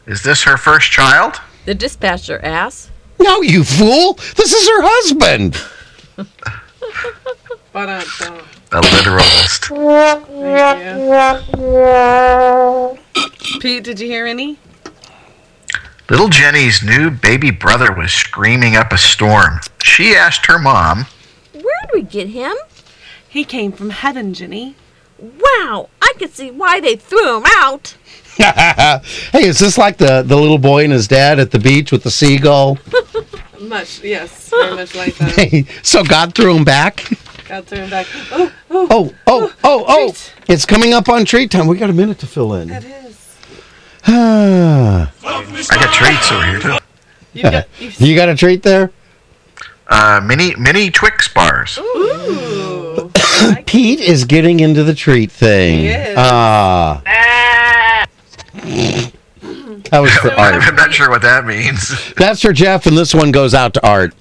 S1: Is this her first child?
S4: The dispatcher asks,
S2: No, you fool. This is her husband.
S3: Ba-dum-dum.
S1: A literalist.
S3: Thank you. Pete, did you hear any?
S1: Little Jenny's new baby brother was screaming up a storm. She asked her mom,
S4: Where'd we get him?
S3: He came from heaven, Jenny.
S4: Wow, I can see why they threw him out.
S2: hey, is this like the, the little boy and his dad at the beach with the seagull?
S3: Much, yes, very much like that.
S2: Hey, so God threw him back?
S3: Got thrown back. Oh, oh,
S2: Oh, oh, oh, oh.
S3: Treat.
S2: It's coming up on treat time. We got a minute to fill in. Ah.
S3: it is.
S1: I got treats over here too.
S3: You got, you,
S2: you got a treat there?
S1: Uh, mini mini Twix bars.
S3: ooh.
S2: Pete is getting into the treat thing.
S3: He is.
S2: Ah. that was for Art.
S1: I'm not sure what that means.
S2: That's for Jeff, and this one goes out to Art.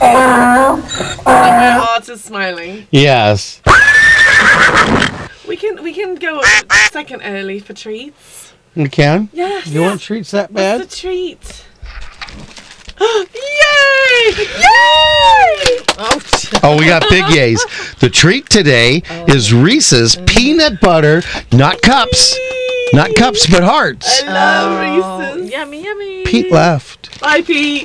S3: Art is smiling.
S2: Yes.
S3: We can we can go a second early for treats.
S2: You can?
S3: Yes.
S2: You want treats that
S3: What's
S2: bad?
S3: the treat? Yay! Yay!
S4: Oh,
S2: Oh, we got big yays. The treat today
S3: Oh.
S2: is Reese's peanut butter, not cups, not cups, but hearts.
S3: I love Reese's.
S4: yummy, yummy.
S2: Pete left.
S3: Bye, Pete.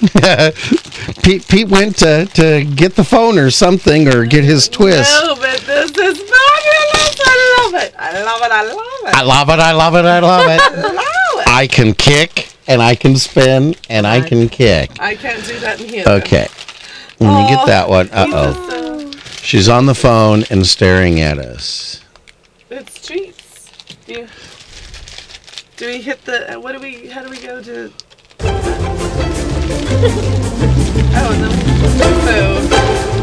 S2: Pete Pete went to, to get the phone or something or get his twist.
S3: Oh, but this is fabulous. I love it. I love it. I love it.
S2: I love it. I love it. I love it.
S3: I love it.
S2: I can kick and I can spin and I can kick.
S3: I can't do that in here. though.
S2: Okay. Let me get that one. Uh
S3: These
S2: oh.
S3: are so-
S2: She's on the phone and staring at us.
S3: It's treats. Do you, do we hit the? uh, What do we? How do we go to? oh no. So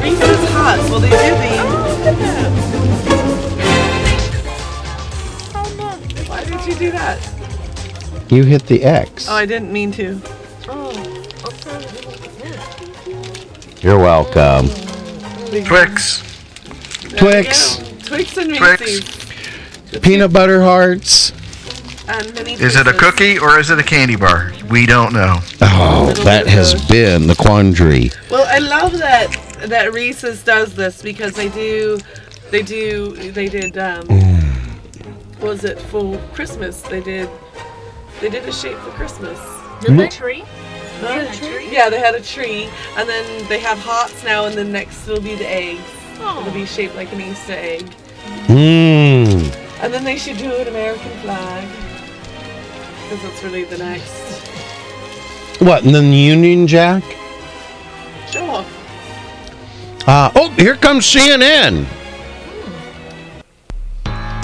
S3: Reese's hot. Well, they do the.
S1: Oh,
S3: Why did you do that?
S2: You hit the X.
S3: Oh, I didn't mean to.
S2: You're welcome.
S1: Twix.
S2: Twix,
S3: Yeah. Twix and
S1: Twix.
S3: Reese's
S2: peanut butter hearts.
S3: and mini.
S1: Is it a
S3: Twixes.
S1: cookie or is it a candy bar? We don't know.
S2: Oh, that has been the quandary.
S3: Well, I love that that Reese's does this because they do, they do, they did. Um, what was it for Christmas? They did, they did a shape for Christmas. Did they tree? Yeah, they had a tree, and then they have hearts now, and then next it'll be the eggs. It'll be shaped like an Easter egg,
S2: Mmm.
S3: and then they should do an American flag because that's really the next.
S2: What, and then the Union Jack?
S3: Sure.
S2: Uh, oh, here comes CNN.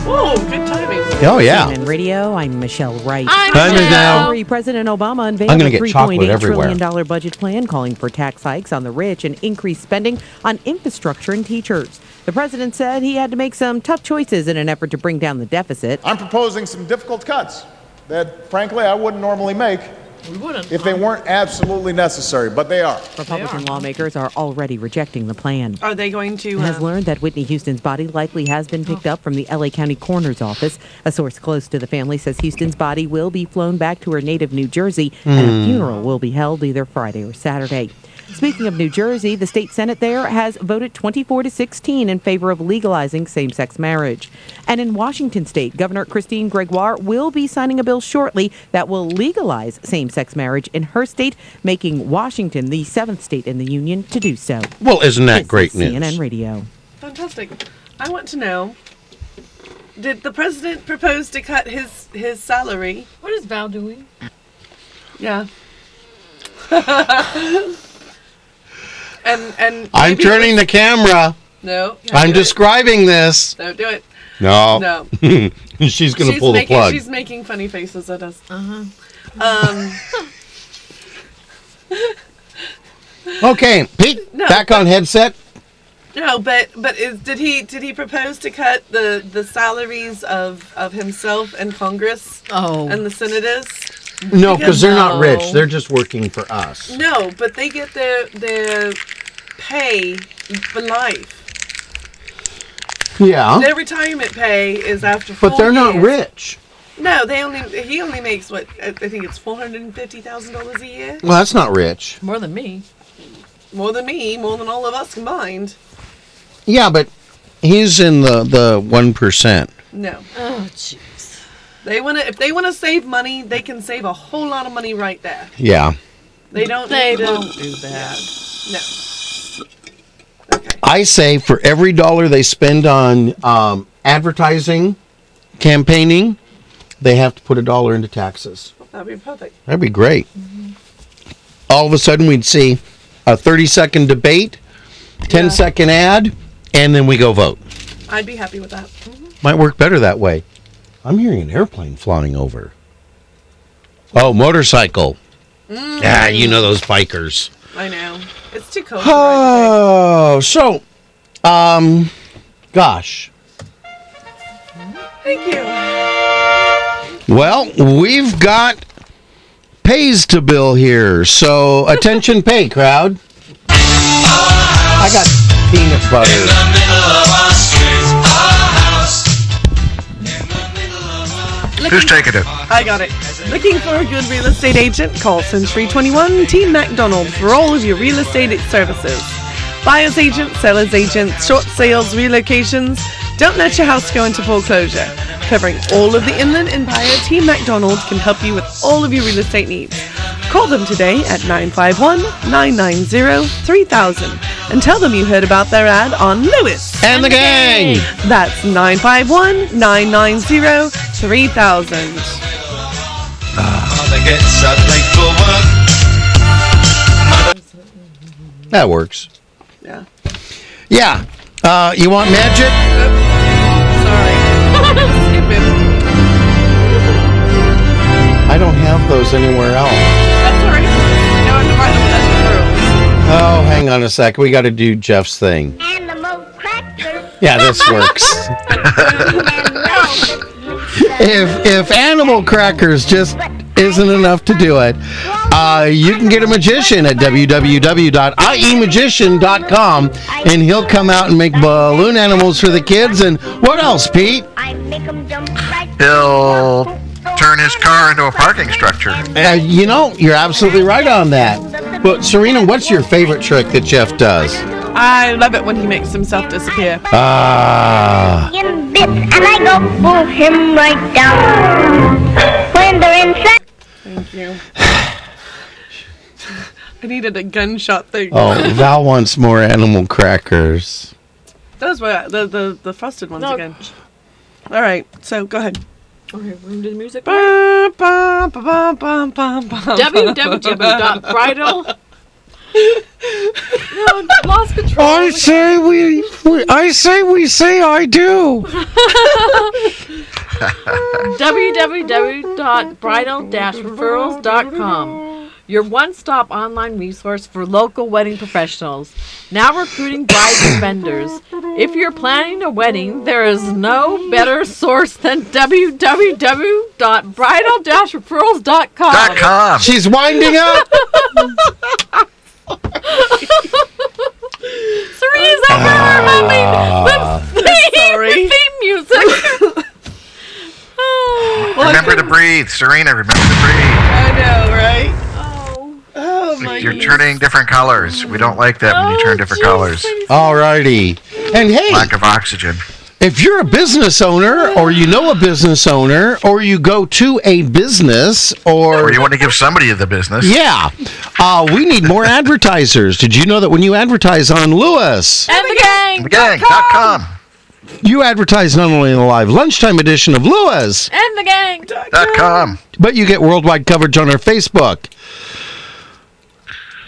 S3: Whoa, good timing.
S2: Oh, yeah.
S8: CNN Radio. I'm Michelle Wright.
S2: Time is now.
S8: Hillary, President Obama unveiled
S2: I'm gonna
S8: a
S2: get chocolate
S8: $3.8
S2: everywhere.
S8: trillion dollar budget plan calling for tax hikes on the rich and increased spending on infrastructure and teachers. The president said he had to make some tough choices in an effort to bring down the deficit.
S9: I'm proposing some difficult cuts that, frankly, I wouldn't normally make
S4: We wouldn't.
S9: if they weren't absolutely necessary, but they are.
S4: are.
S8: Republican lawmakers are already rejecting the plan.
S3: Are they going to?
S8: has
S3: uh,
S8: learned that Whitney Houston's body likely has been picked up from the LA County Coroner's Office. A source close to the family says Houston's body will be flown back to her native New Jersey
S2: Hmm.
S8: and a funeral will be held either Friday or Saturday. Speaking of New Jersey, the state senate there has voted 24 to 16 in favor of legalizing same-sex marriage. And in Washington state, Governor Christine Gregoire will be signing a bill shortly that will legalize same-sex marriage in her state, making Washington the 7th state in the union to do so.
S2: Well, isn't that great
S8: CNN
S2: news?
S8: Radio.
S3: Fantastic. I want to know. Did the president propose to cut his his salary?
S4: What is Val doing?
S3: Yeah. and and
S2: I'm
S3: maybe-
S2: turning the camera.
S3: No. can't
S2: I'm
S3: do it.
S2: describing this.
S3: Don't do it.
S2: No,
S3: No.
S2: she's gonna
S3: she's
S2: pull the
S3: making,
S2: plug.
S3: She's making funny faces at us.
S4: Uh-huh.
S3: Um,
S2: Okay, Pete,
S3: No,
S2: back on headset.
S3: No, but but is, did he did he propose to cut the the salaries of of himself and Congress
S4: Oh.
S3: and the senators?
S2: No, because they're not
S4: No.
S2: rich. They're just working for us.
S3: No, but they get their their pay for life.
S2: Yeah,
S3: Their retirement pay is after.
S2: Oh. but
S3: four
S2: they're not
S3: years.
S2: rich.
S3: No, they only he only makes what I I think it's four hundred and fifty thousand dollars a year.
S2: Well, that's not rich.
S4: More than me.
S3: More than me, more than all of us combined.
S2: Yeah, but he's in the the one percent.
S3: No,
S4: Oh, jeez.
S3: they want to. If they want to save money, they can save a whole lot of money right there.
S2: Yeah,
S3: They don't.
S4: They
S3: need to-
S4: won't do that.
S3: No.
S2: I say for every dollar they spend on um, advertising, campaigning, they have to put a dollar into taxes.
S3: That'd be perfect.
S2: That'd be great. All of a sudden, we'd see a thirty-second debate, ten
S3: Yeah.
S2: second ad, and then we go vote.
S3: I'd be happy with that.
S2: Might work better that way. I'm hearing an airplane flying over. Oh, motorcycle. Yeah, you know those bikers.
S3: I know. It's too cold. to ride
S2: Oh, so, um, gosh.
S3: today. Thank you.
S2: Well, we've got pays to bill here. So, attention pay crowd. I got peanut butter.
S1: Who's taking it?
S3: I got it. Looking for a good real estate agent? Call Century 21 Team MacDonald for all of your real estate services. Buyer's agent, seller's agent, short sales, relocations. Don't let your house go into foreclosure. Covering all of the Inland Empire, Team MacDonald can help you with all of your real estate needs. Call them today at 951 990 3000 and tell them you heard about their ad on Lewis.
S2: And the gang.
S3: That's 951 990 3000.
S7: Mother gets up late for work.
S2: That works.
S3: Yeah.
S2: Yeah. Uh, you want magic?
S3: Sorry.
S2: I don't have those anywhere else.
S3: That's alright. Now I'm divided with Esther
S2: Oh, hang on a sec. We got to do Jeff's thing.
S6: Animal crackers.
S2: Yeah, this works. if if animal crackers just isn't enough to do it, uh, you can get a magician at www.iemagician.com, and he'll come out and make balloon animals for the kids. And what else, Pete?
S6: I make 'em jump right.
S1: He'll turn his car into a parking structure.
S2: Uh, you know, you're absolutely right on that. But Serena, what's your favorite trick that Jeff does?
S3: Earls. I love it when he makes himself disappear.
S2: Ah,
S6: In bits, and I go boom him right down. When they're inside.
S3: Thank you. I needed a gunshot thing.
S2: oh, Val wants more animal crackers.
S3: Those were the, the, the frosted ones
S4: No.
S3: again. Alright, so go ahead.
S4: Okay, we're gonna do the music.
S3: Bum, bum, bum, bum, bum, bum, bum.
S4: www.bridal. no, I've lost control.
S2: I say we, we I say we say I do.
S4: www.bridal-referrals.com. your one-stop online resource for local wedding professionals. Now recruiting brides and vendors. If you're planning a wedding, there is no better source than
S1: Dot
S4: www.bridal-referrals.com.
S1: com.
S2: She's winding up.
S4: Cerise, I
S1: Ah.
S4: remember the theme,
S3: Sorry.
S4: the theme music. oh,
S1: Remember to breathe, Serena. Remember to breathe.
S3: I know, right?
S4: oh,
S3: Oh my
S1: You're
S3: goodness.
S1: turning different colors. We don't like that when you turn different colors.
S2: Alrighty. And hey,
S1: Lack of oxygen.
S2: if you're a business owner or you know a business owner or you go to a business
S1: Or
S2: or
S1: you want to give somebody the business.
S2: yeah, uh, we need more advertisers. Did you know that when you advertise on Lewis,
S4: and the gang.
S1: The gang. Dot com.
S2: you advertise not only in the live lunchtime edition of Lewis,
S4: And the gang.
S1: Dot com.
S2: but you get worldwide coverage on our Facebook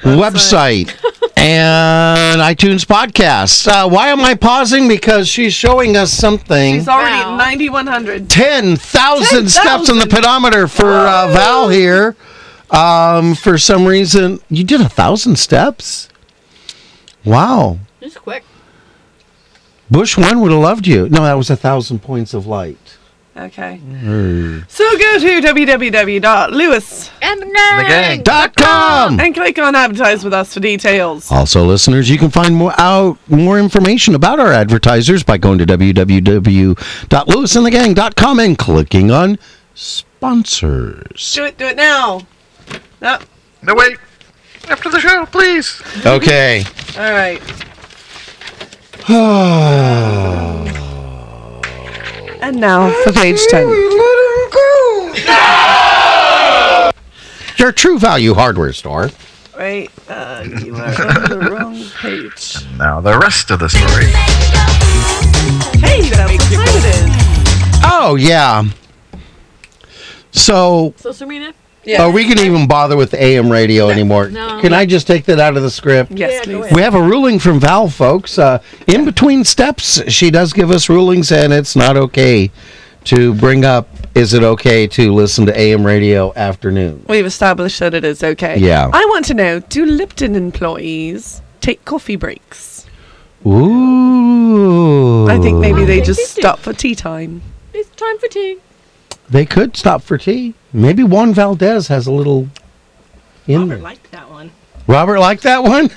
S2: website and iTunes podcast. Uh, why am I pausing? Because she's showing us something.
S3: She's already
S4: Wow.
S3: at 9100.
S2: 10,000 steps on the pedometer for uh, Val here. Um, for some reason, you did a thousand steps. Wow.
S4: Just quick.
S2: Bush one would have loved you. No, that was a thousand points of light.
S3: Okay. So go to www.lewis
S4: And the gang.
S1: The gang.
S2: Dot com.
S3: and click on advertise with us for details.
S2: Also, listeners, you can find more out more information about our advertisers by going to www.lewisandthegang.com and clicking on sponsors.
S3: Do it, do it now. No.
S1: No wait. After the show, please.
S2: Okay.
S3: All right. and now for page 10.
S2: Your True Value Hardware Store.
S3: Right. Uh, you are on the wrong page.
S1: Now the rest of the story.
S3: Hey, that's what time it
S2: Oh yeah. So
S4: So, Serena,
S3: is. Yeah.
S2: are we going to even bother with AM radio anymore?
S4: No.
S2: Can I just take that out of the script?
S4: Yeah,
S3: Yes,
S4: go
S3: please.
S4: ahead.
S2: We have a ruling from Val, folks. Uh, in between steps, she does give us rulings, and it's not okay to bring up. Is it okay to listen to AM radio afternoon?
S3: We've established that it is okay.
S2: Yeah.
S3: I want to know do Lipton employees take coffee breaks?
S2: Ooh,
S3: I think maybe they
S4: think
S3: just
S4: they do.
S3: stop for tea time.
S4: it's time for tea.
S2: they could stop for tea. Maybe Juan Valdez has a little. In Robert liked that one. Robert liked that one.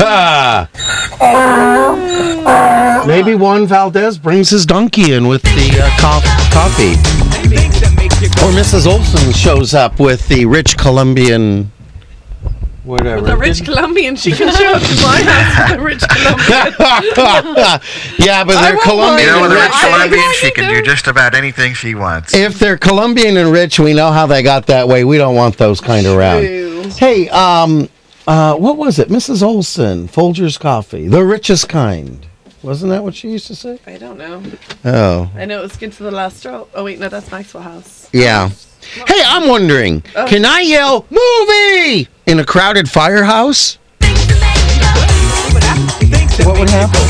S2: Ah. Maybe Juan Valdez brings his donkey in with the uh, cof- coffee. Or Mrs. Olson shows up with the rich Colombian. Whatever.
S3: The rich Colombian, she can show up to my house. The rich Colombian.
S2: yeah, but they're
S3: want
S1: You
S2: Colombian.
S1: know, with a
S2: and
S1: rich
S2: rich.
S3: I-
S1: Colombian, she
S3: I
S1: can
S3: do.
S1: do just about anything she wants.
S2: If they're Colombian and rich, we know how they got that way. We don't want those kind around. Hey, um, uh, what was it? Mrs. Olson, Folger's Coffee, the richest kind. Wasn't that what she used to say?
S3: I don't know.
S2: Oh,
S3: I know it was good for the last straw. Oh, wait, no, that's Maxwell House.
S2: yeah. Hey, I'm wondering, can I yell "movie" in a crowded firehouse? What would happen?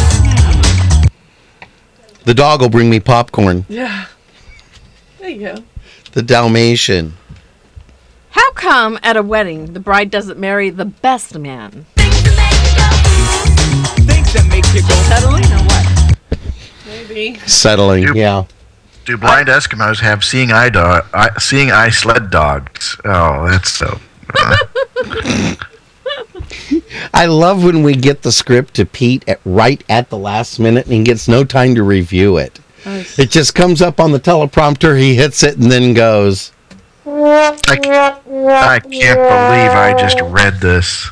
S2: The dog will bring me popcorn.
S3: Yeah. There you go.
S2: The Dalmatian.
S4: How come at a wedding the bride doesn't marry the best man? Settling or what?
S3: Maybe.
S2: Settling.
S1: Yep.
S2: Yeah.
S1: Do blind Eskimos have seeing eye dog, eye, seeing eye sled dogs? Oh, that's so. uh,
S2: I love when we get the script to Pete at right at the last minute and he gets no time to review it. It just comes up on the teleprompter, he hits it, and then goes.
S1: I, I can't believe I just read this.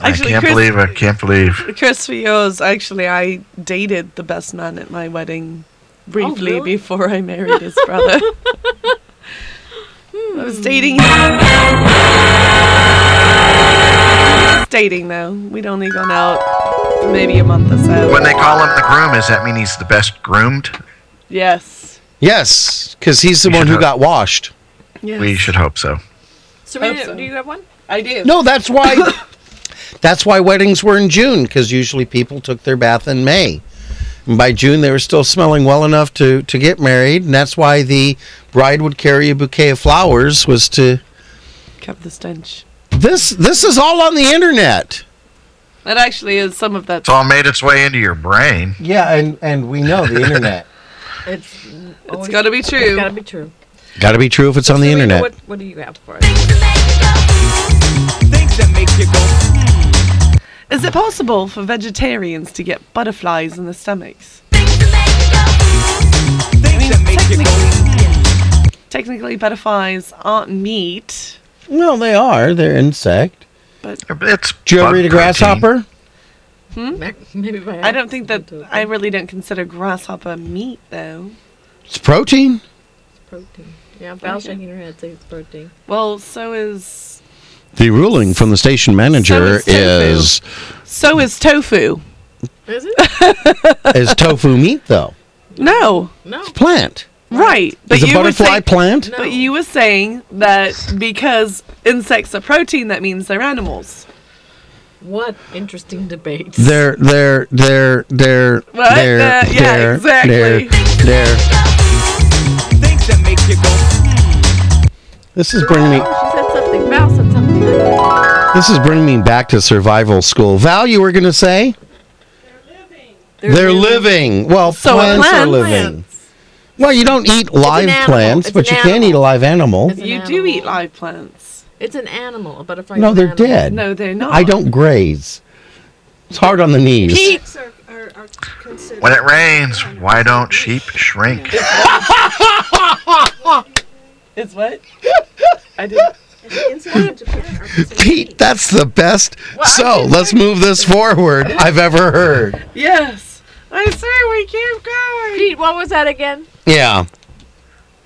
S3: Actually,
S1: I can't
S3: Chris-
S1: believe I can't believe.
S3: Chris, for yours, actually, I dated the best man at my wedding briefly
S4: Oh, really?
S3: before I married his brother. I
S4: Hmm.
S3: was dating him. Just dating, though. We'd only gone out for maybe a month or so.
S1: When they call him the groom, does that mean he's the best groomed?
S3: yes.
S2: Yes, because he's the
S1: We
S2: one
S1: should
S2: who
S1: have-
S2: got washed.
S3: Yes.
S1: We should hope so.
S4: Serena,
S3: Hope so.
S4: do you have one?
S3: I do.
S2: No, that's why. that's why weddings were in June because usually people took their bath in May. And by June, they were still smelling well enough to to get married, and that's why the bride would carry a bouquet of flowers was to
S3: Kept the stench.
S2: this. This is all on the internet.
S3: It actually is some of that.
S1: It's all made its way into your brain.
S2: Yeah, and and we know the internet.
S4: It's,
S3: It's got to be
S4: Oh, It's
S3: true.
S4: gotta be true.
S2: Got to be true if it's on the
S4: So, Rita,
S2: internet.
S4: What, what do you have for us?
S7: Things that make you go,
S3: Is it possible for vegetarians to get butterflies in the stomachs?
S7: things that make you go.
S3: Technically, butterflies aren't meat,
S2: Well, they are. They're insect.
S1: It's
S2: Did you ever
S1: bug
S2: read a
S1: protein.
S2: grasshopper?
S4: Hmm? Maybe my
S3: I don't think that I really don't consider grasshopper meat though.
S2: It's protein.
S4: protein. Yeah, Val's shaking her head, saying it's protein.
S3: Well, so is
S2: The ruling from the station manager
S3: So is so is tofu.
S4: Is it?
S2: is is tofu meat though?
S3: No,
S4: No.
S2: Plant.
S3: right? But
S2: is a
S3: you would
S2: butterfly
S3: think-
S2: plant?
S4: No.
S3: But you were saying that because insects are protein, that means they're animals.
S4: What interesting debates.
S2: They're they're they're they're
S3: What?
S2: they're
S3: Uh, yeah,
S2: they're,
S3: exactly.
S2: they're they're.
S7: Things that make you go.
S2: This is bringing me
S4: Oh, She said something. Val said something. Like,
S2: this is bringing me back to survival school. Val, you were gonna say they're, living. Well,
S3: So a
S2: plants are
S3: plant-
S2: living. Well, you don't eat live
S4: animal.
S2: plants,
S4: It's
S2: but
S4: an
S2: you can
S4: animal.
S2: eat a live animal.
S4: It's an
S3: You do
S4: animal.
S3: eat live plants.
S4: It's an animal. A butterfly.
S2: No,
S4: is
S2: they're
S4: an animal.
S2: dead.
S3: No, they're not.
S2: I don't graze. It's hard on the knees.
S10: Sheeps are, are, are considered.
S1: When it rains, why don't sheep shrink?
S3: It's what? I didn't.
S10: Insects in Japan are considered.
S2: Pete, that's the best. so let's move this forward. I've ever heard.
S3: Yes. I say we keep going.
S4: Pete, what was that again?
S2: Yeah.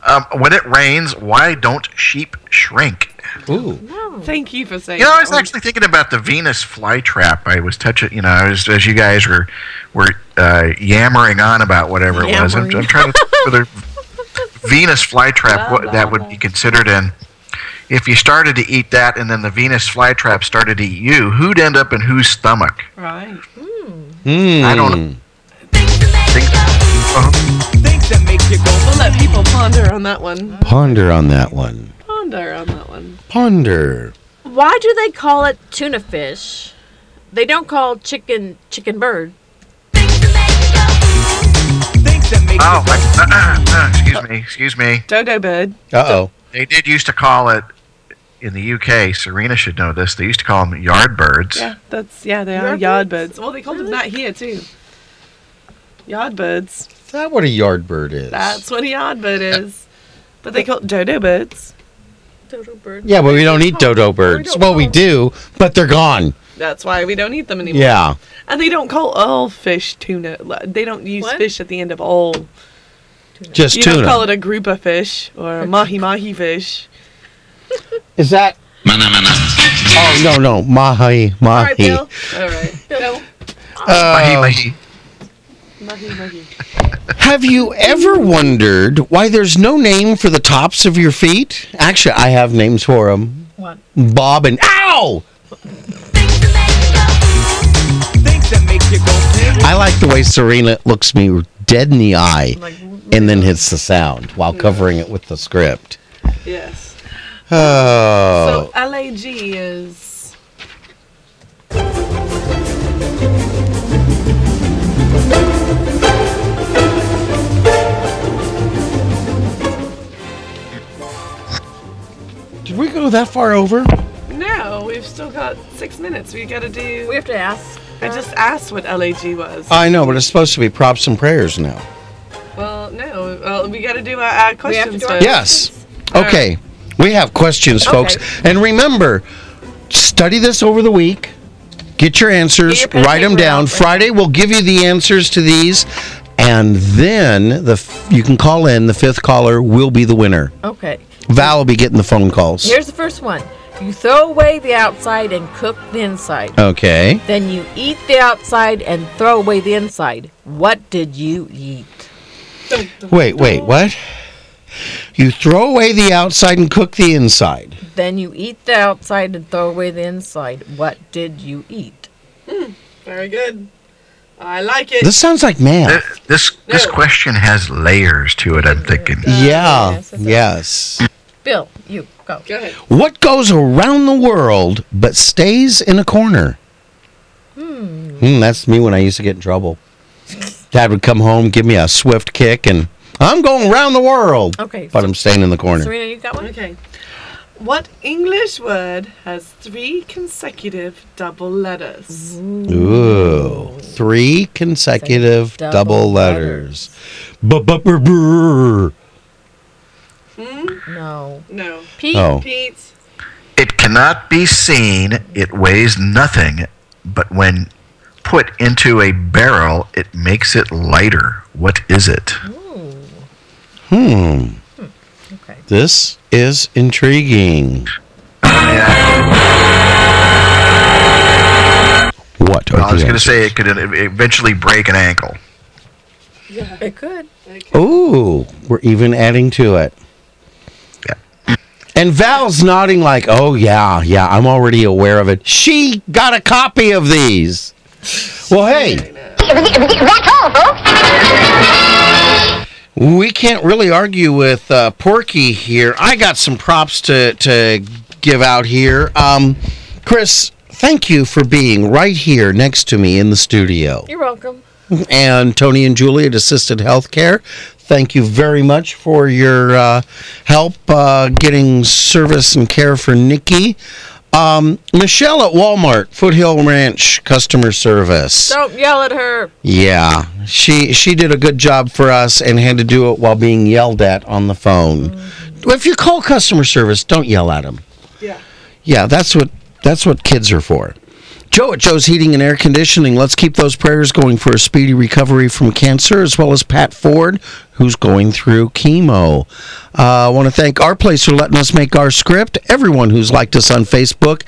S1: Um, when it rains, why don't sheep shrink?
S2: Ooh.
S4: No.
S3: Thank you for saying.
S1: You know, I
S3: that
S1: was
S3: one.
S1: actually thinking about the Venus flytrap. I was touching, you know, I was, as you guys were were uh, yammering on about whatever it was. I'm, I'm
S4: Yammering.
S1: trying to think whether Venus flytrap what that would be considered in. If you started to eat that, and then the Venus flytrap started to eat you, who'd end up in whose stomach?
S3: right.
S2: Hmm.
S1: I don't. Think-
S7: Things that make you go.
S3: We'll let people ponder on that one.
S2: Ponder on that one.
S3: Ponder on that one.
S2: Ponder.
S4: Why do they call it tuna fish? They don't call chicken chicken bird.
S7: Things that make
S1: Oh, I- excuse me, excuse me.
S3: Dodo bird.
S2: Uh oh.
S1: They did used to call it in the UK. Serena should know this. They used to call them yard birds.
S3: Yeah, that's yeah. They are
S4: Yardbirds?
S3: yard birds. Well, they called them that here too. Yard birds.
S2: Is that what a yard bird is?
S3: That's what a yard bird is. But they call it dodo birds.
S4: Dodo bird.
S2: yeah, but we don't eat
S3: Oh,
S2: dodo birds. well, we do, but they're gone.
S3: That's why we don't eat them anymore.
S2: Yeah.
S3: And they don't call all fish tuna. Like, They don't use
S4: What?
S3: fish at the end of all.
S2: Just
S3: You
S2: tuna.
S3: don't call it a grouper fish or a mahi mahi fish.
S2: Is that? Oh no no mahi
S4: All right,
S2: mahi.
S4: Bill.
S3: All right.
S4: Bill.
S1: Mahi
S2: Uh,
S1: mahi.
S3: Mahi mahi.
S2: Have you ever wondered why there's no name for the tops of your feet? Actually, I have names for them.
S4: What?
S2: Bob and ow.
S7: things that make you go.
S2: I like the way Serena looks me dead in the eye
S4: Like,
S2: and then hits the sound while covering it with the script.
S3: Yes.
S2: Oh.
S3: So LAG is.
S2: Did we go that far over?
S3: No, we've still got six minutes. We gotta do.
S4: we have to ask.
S3: I just asked what LAG was.
S2: I know, but it's supposed to be props and prayers now.
S3: well, no. Well, we gotta do our, our
S4: We have
S3: questions
S4: to do our
S3: first.
S2: Yes. Okay. We have questions, folks.
S4: Okay.
S2: And remember, study this over the week. Get your answers,
S4: Get your pen and
S2: write them
S4: paper
S2: down.
S4: out.
S2: Friday we'll give you the answers to these and then the f- you can call in the fifth caller will be the winner.
S4: Okay.
S2: Val will be getting the phone calls.
S4: Here's the first one. You throw away the outside and cook the inside.
S2: Okay.
S4: Then you eat the outside and throw away the inside. What did you eat?
S2: Wait, wait, what? You throw away the outside and cook the inside.
S4: Then you eat the outside and throw away the inside. What did you eat?
S3: Very good. I like it.
S2: This sounds like math.
S1: This this, this question has layers to it. I'm thinking.
S2: Yeah. Yes.
S4: Bill, you go.
S3: Go ahead.
S2: What goes around the world but stays in a corner? Hmm. that's me when I used to get in trouble. Dad would come home, give me a swift kick, and I'm going around the world.
S4: Okay.
S2: But I'm staying in the corner.
S4: Serena, you got one?
S3: Okay. What English word has three consecutive double letters?
S4: Mm-hmm.
S2: Ooh. Three consecutive
S4: Double
S2: double letters. Ba-ba-ba-brr.
S4: No.
S3: No.
S4: Pete?
S2: Oh.
S3: Pete.
S1: It cannot be seen. It weighs nothing, but when put into a barrel, it makes it lighter. What is it?
S4: Ooh.
S2: Hmm.
S4: Okay.
S2: This is intriguing. What?
S1: Well,
S2: are
S1: I was
S2: the
S1: going to
S2: answers?
S1: say it could eventually break an ankle.
S4: It could.
S2: Ooh, we're even adding to it.
S1: Yeah.
S2: And Val's nodding like, "Oh yeah, yeah, I'm already aware of it." She got a copy of these. Well, hey,
S6: That's all, folks.
S2: we can't really argue with uh, Porky here. I got some props to to give out here. Um, Chris, thank you for being right here next to me in the studio.
S4: You're welcome.
S2: and Tony and Julie at Assisted Healthcare. Thank you very much for your uh, help uh, getting service and care for Nikki. Um, Michelle at Walmart, Foothill Ranch customer service.
S4: Don't Oh, yell at her.
S2: Yeah, she she did a good job for us and had to do it while being yelled at on the phone. If you call customer service, don't yell at them.
S3: Yeah.
S2: Yeah, that's what that's what kids are for. Joe at Joe's Heating and Air Conditioning. Let's keep those prayers going for a speedy recovery from cancer, as well as Pat Ford, who's going through chemo. Uh, I want to thank our place for letting us make our script. Everyone who's liked us on Facebook,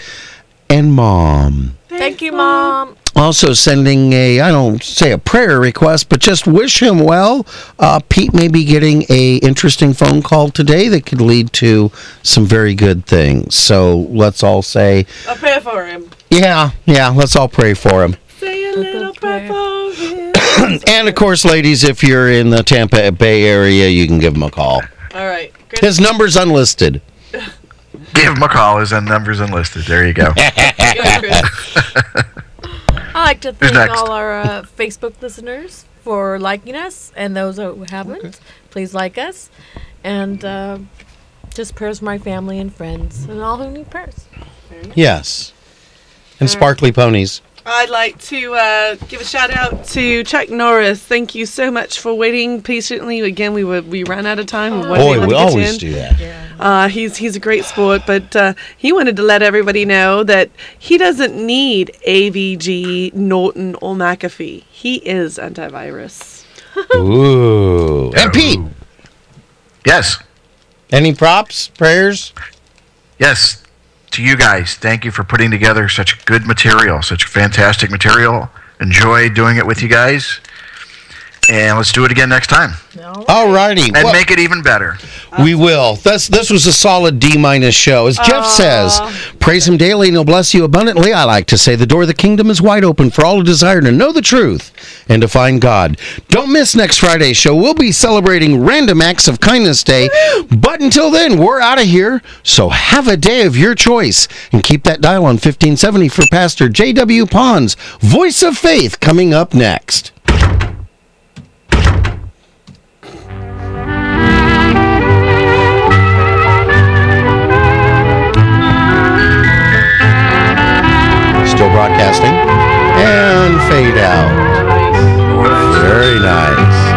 S2: and Mom.
S4: Thank you, Mom.
S2: Also sending a I don't say a prayer request, but just wish him well. Uh, Pete may be getting a interesting phone call today that could lead to some very good things. So let's all say.
S3: A prayer for him.
S2: Yeah, yeah, let's all pray for him.
S3: Say a little prayer for him.
S2: And of course, ladies, if you're in the Tampa Bay area, you can give him a call.
S3: All right. Chris,
S2: His number's unlisted.
S1: Give him a call. His number's enlisted. There you go.
S3: go ahead, Chris.
S4: I'd like to thank
S1: next?
S4: all our uh, Facebook listeners for liking us, and those who haven't, please like us. And uh, just prayers for my family and friends, and all who need prayers.
S2: Yes. And sparkly ponies.
S3: I'd like to uh, give a shout out to Chuck Norris. Thank you so much for waiting patiently. Again, we were we ran out of time. and wasn't
S2: Boy, Oh,
S3: able
S2: we
S3: to get
S2: always
S3: in.
S2: do that.
S3: Uh, he's he's a great sport, but uh, he wanted to let everybody know that he doesn't need AVG, Norton, or McAfee. He is antivirus.
S2: Ooh. And Pete,
S1: yes.
S2: any props, prayers?
S1: Yes. To you guys, thank you for putting together such good material, such fantastic material. Enjoy doing it with you guys. And let's do it again next time
S4: No.
S2: All righty.
S1: and
S2: Well,
S1: make it even better.
S2: we will. This, this was a solid D minus show. As Jeff says, praise him daily and he'll bless you abundantly. I like to say the door of the kingdom is wide open for all who desire to know the truth and to find God. Don't miss next Friday's show. We'll be celebrating Random Acts of Kindness Day. But until then, we're out of here. So have a day of your choice and keep that dial on 1570 for Pastor J.W. Pons, Voice of Faith, coming up next. Still broadcasting and fade out. Very nice.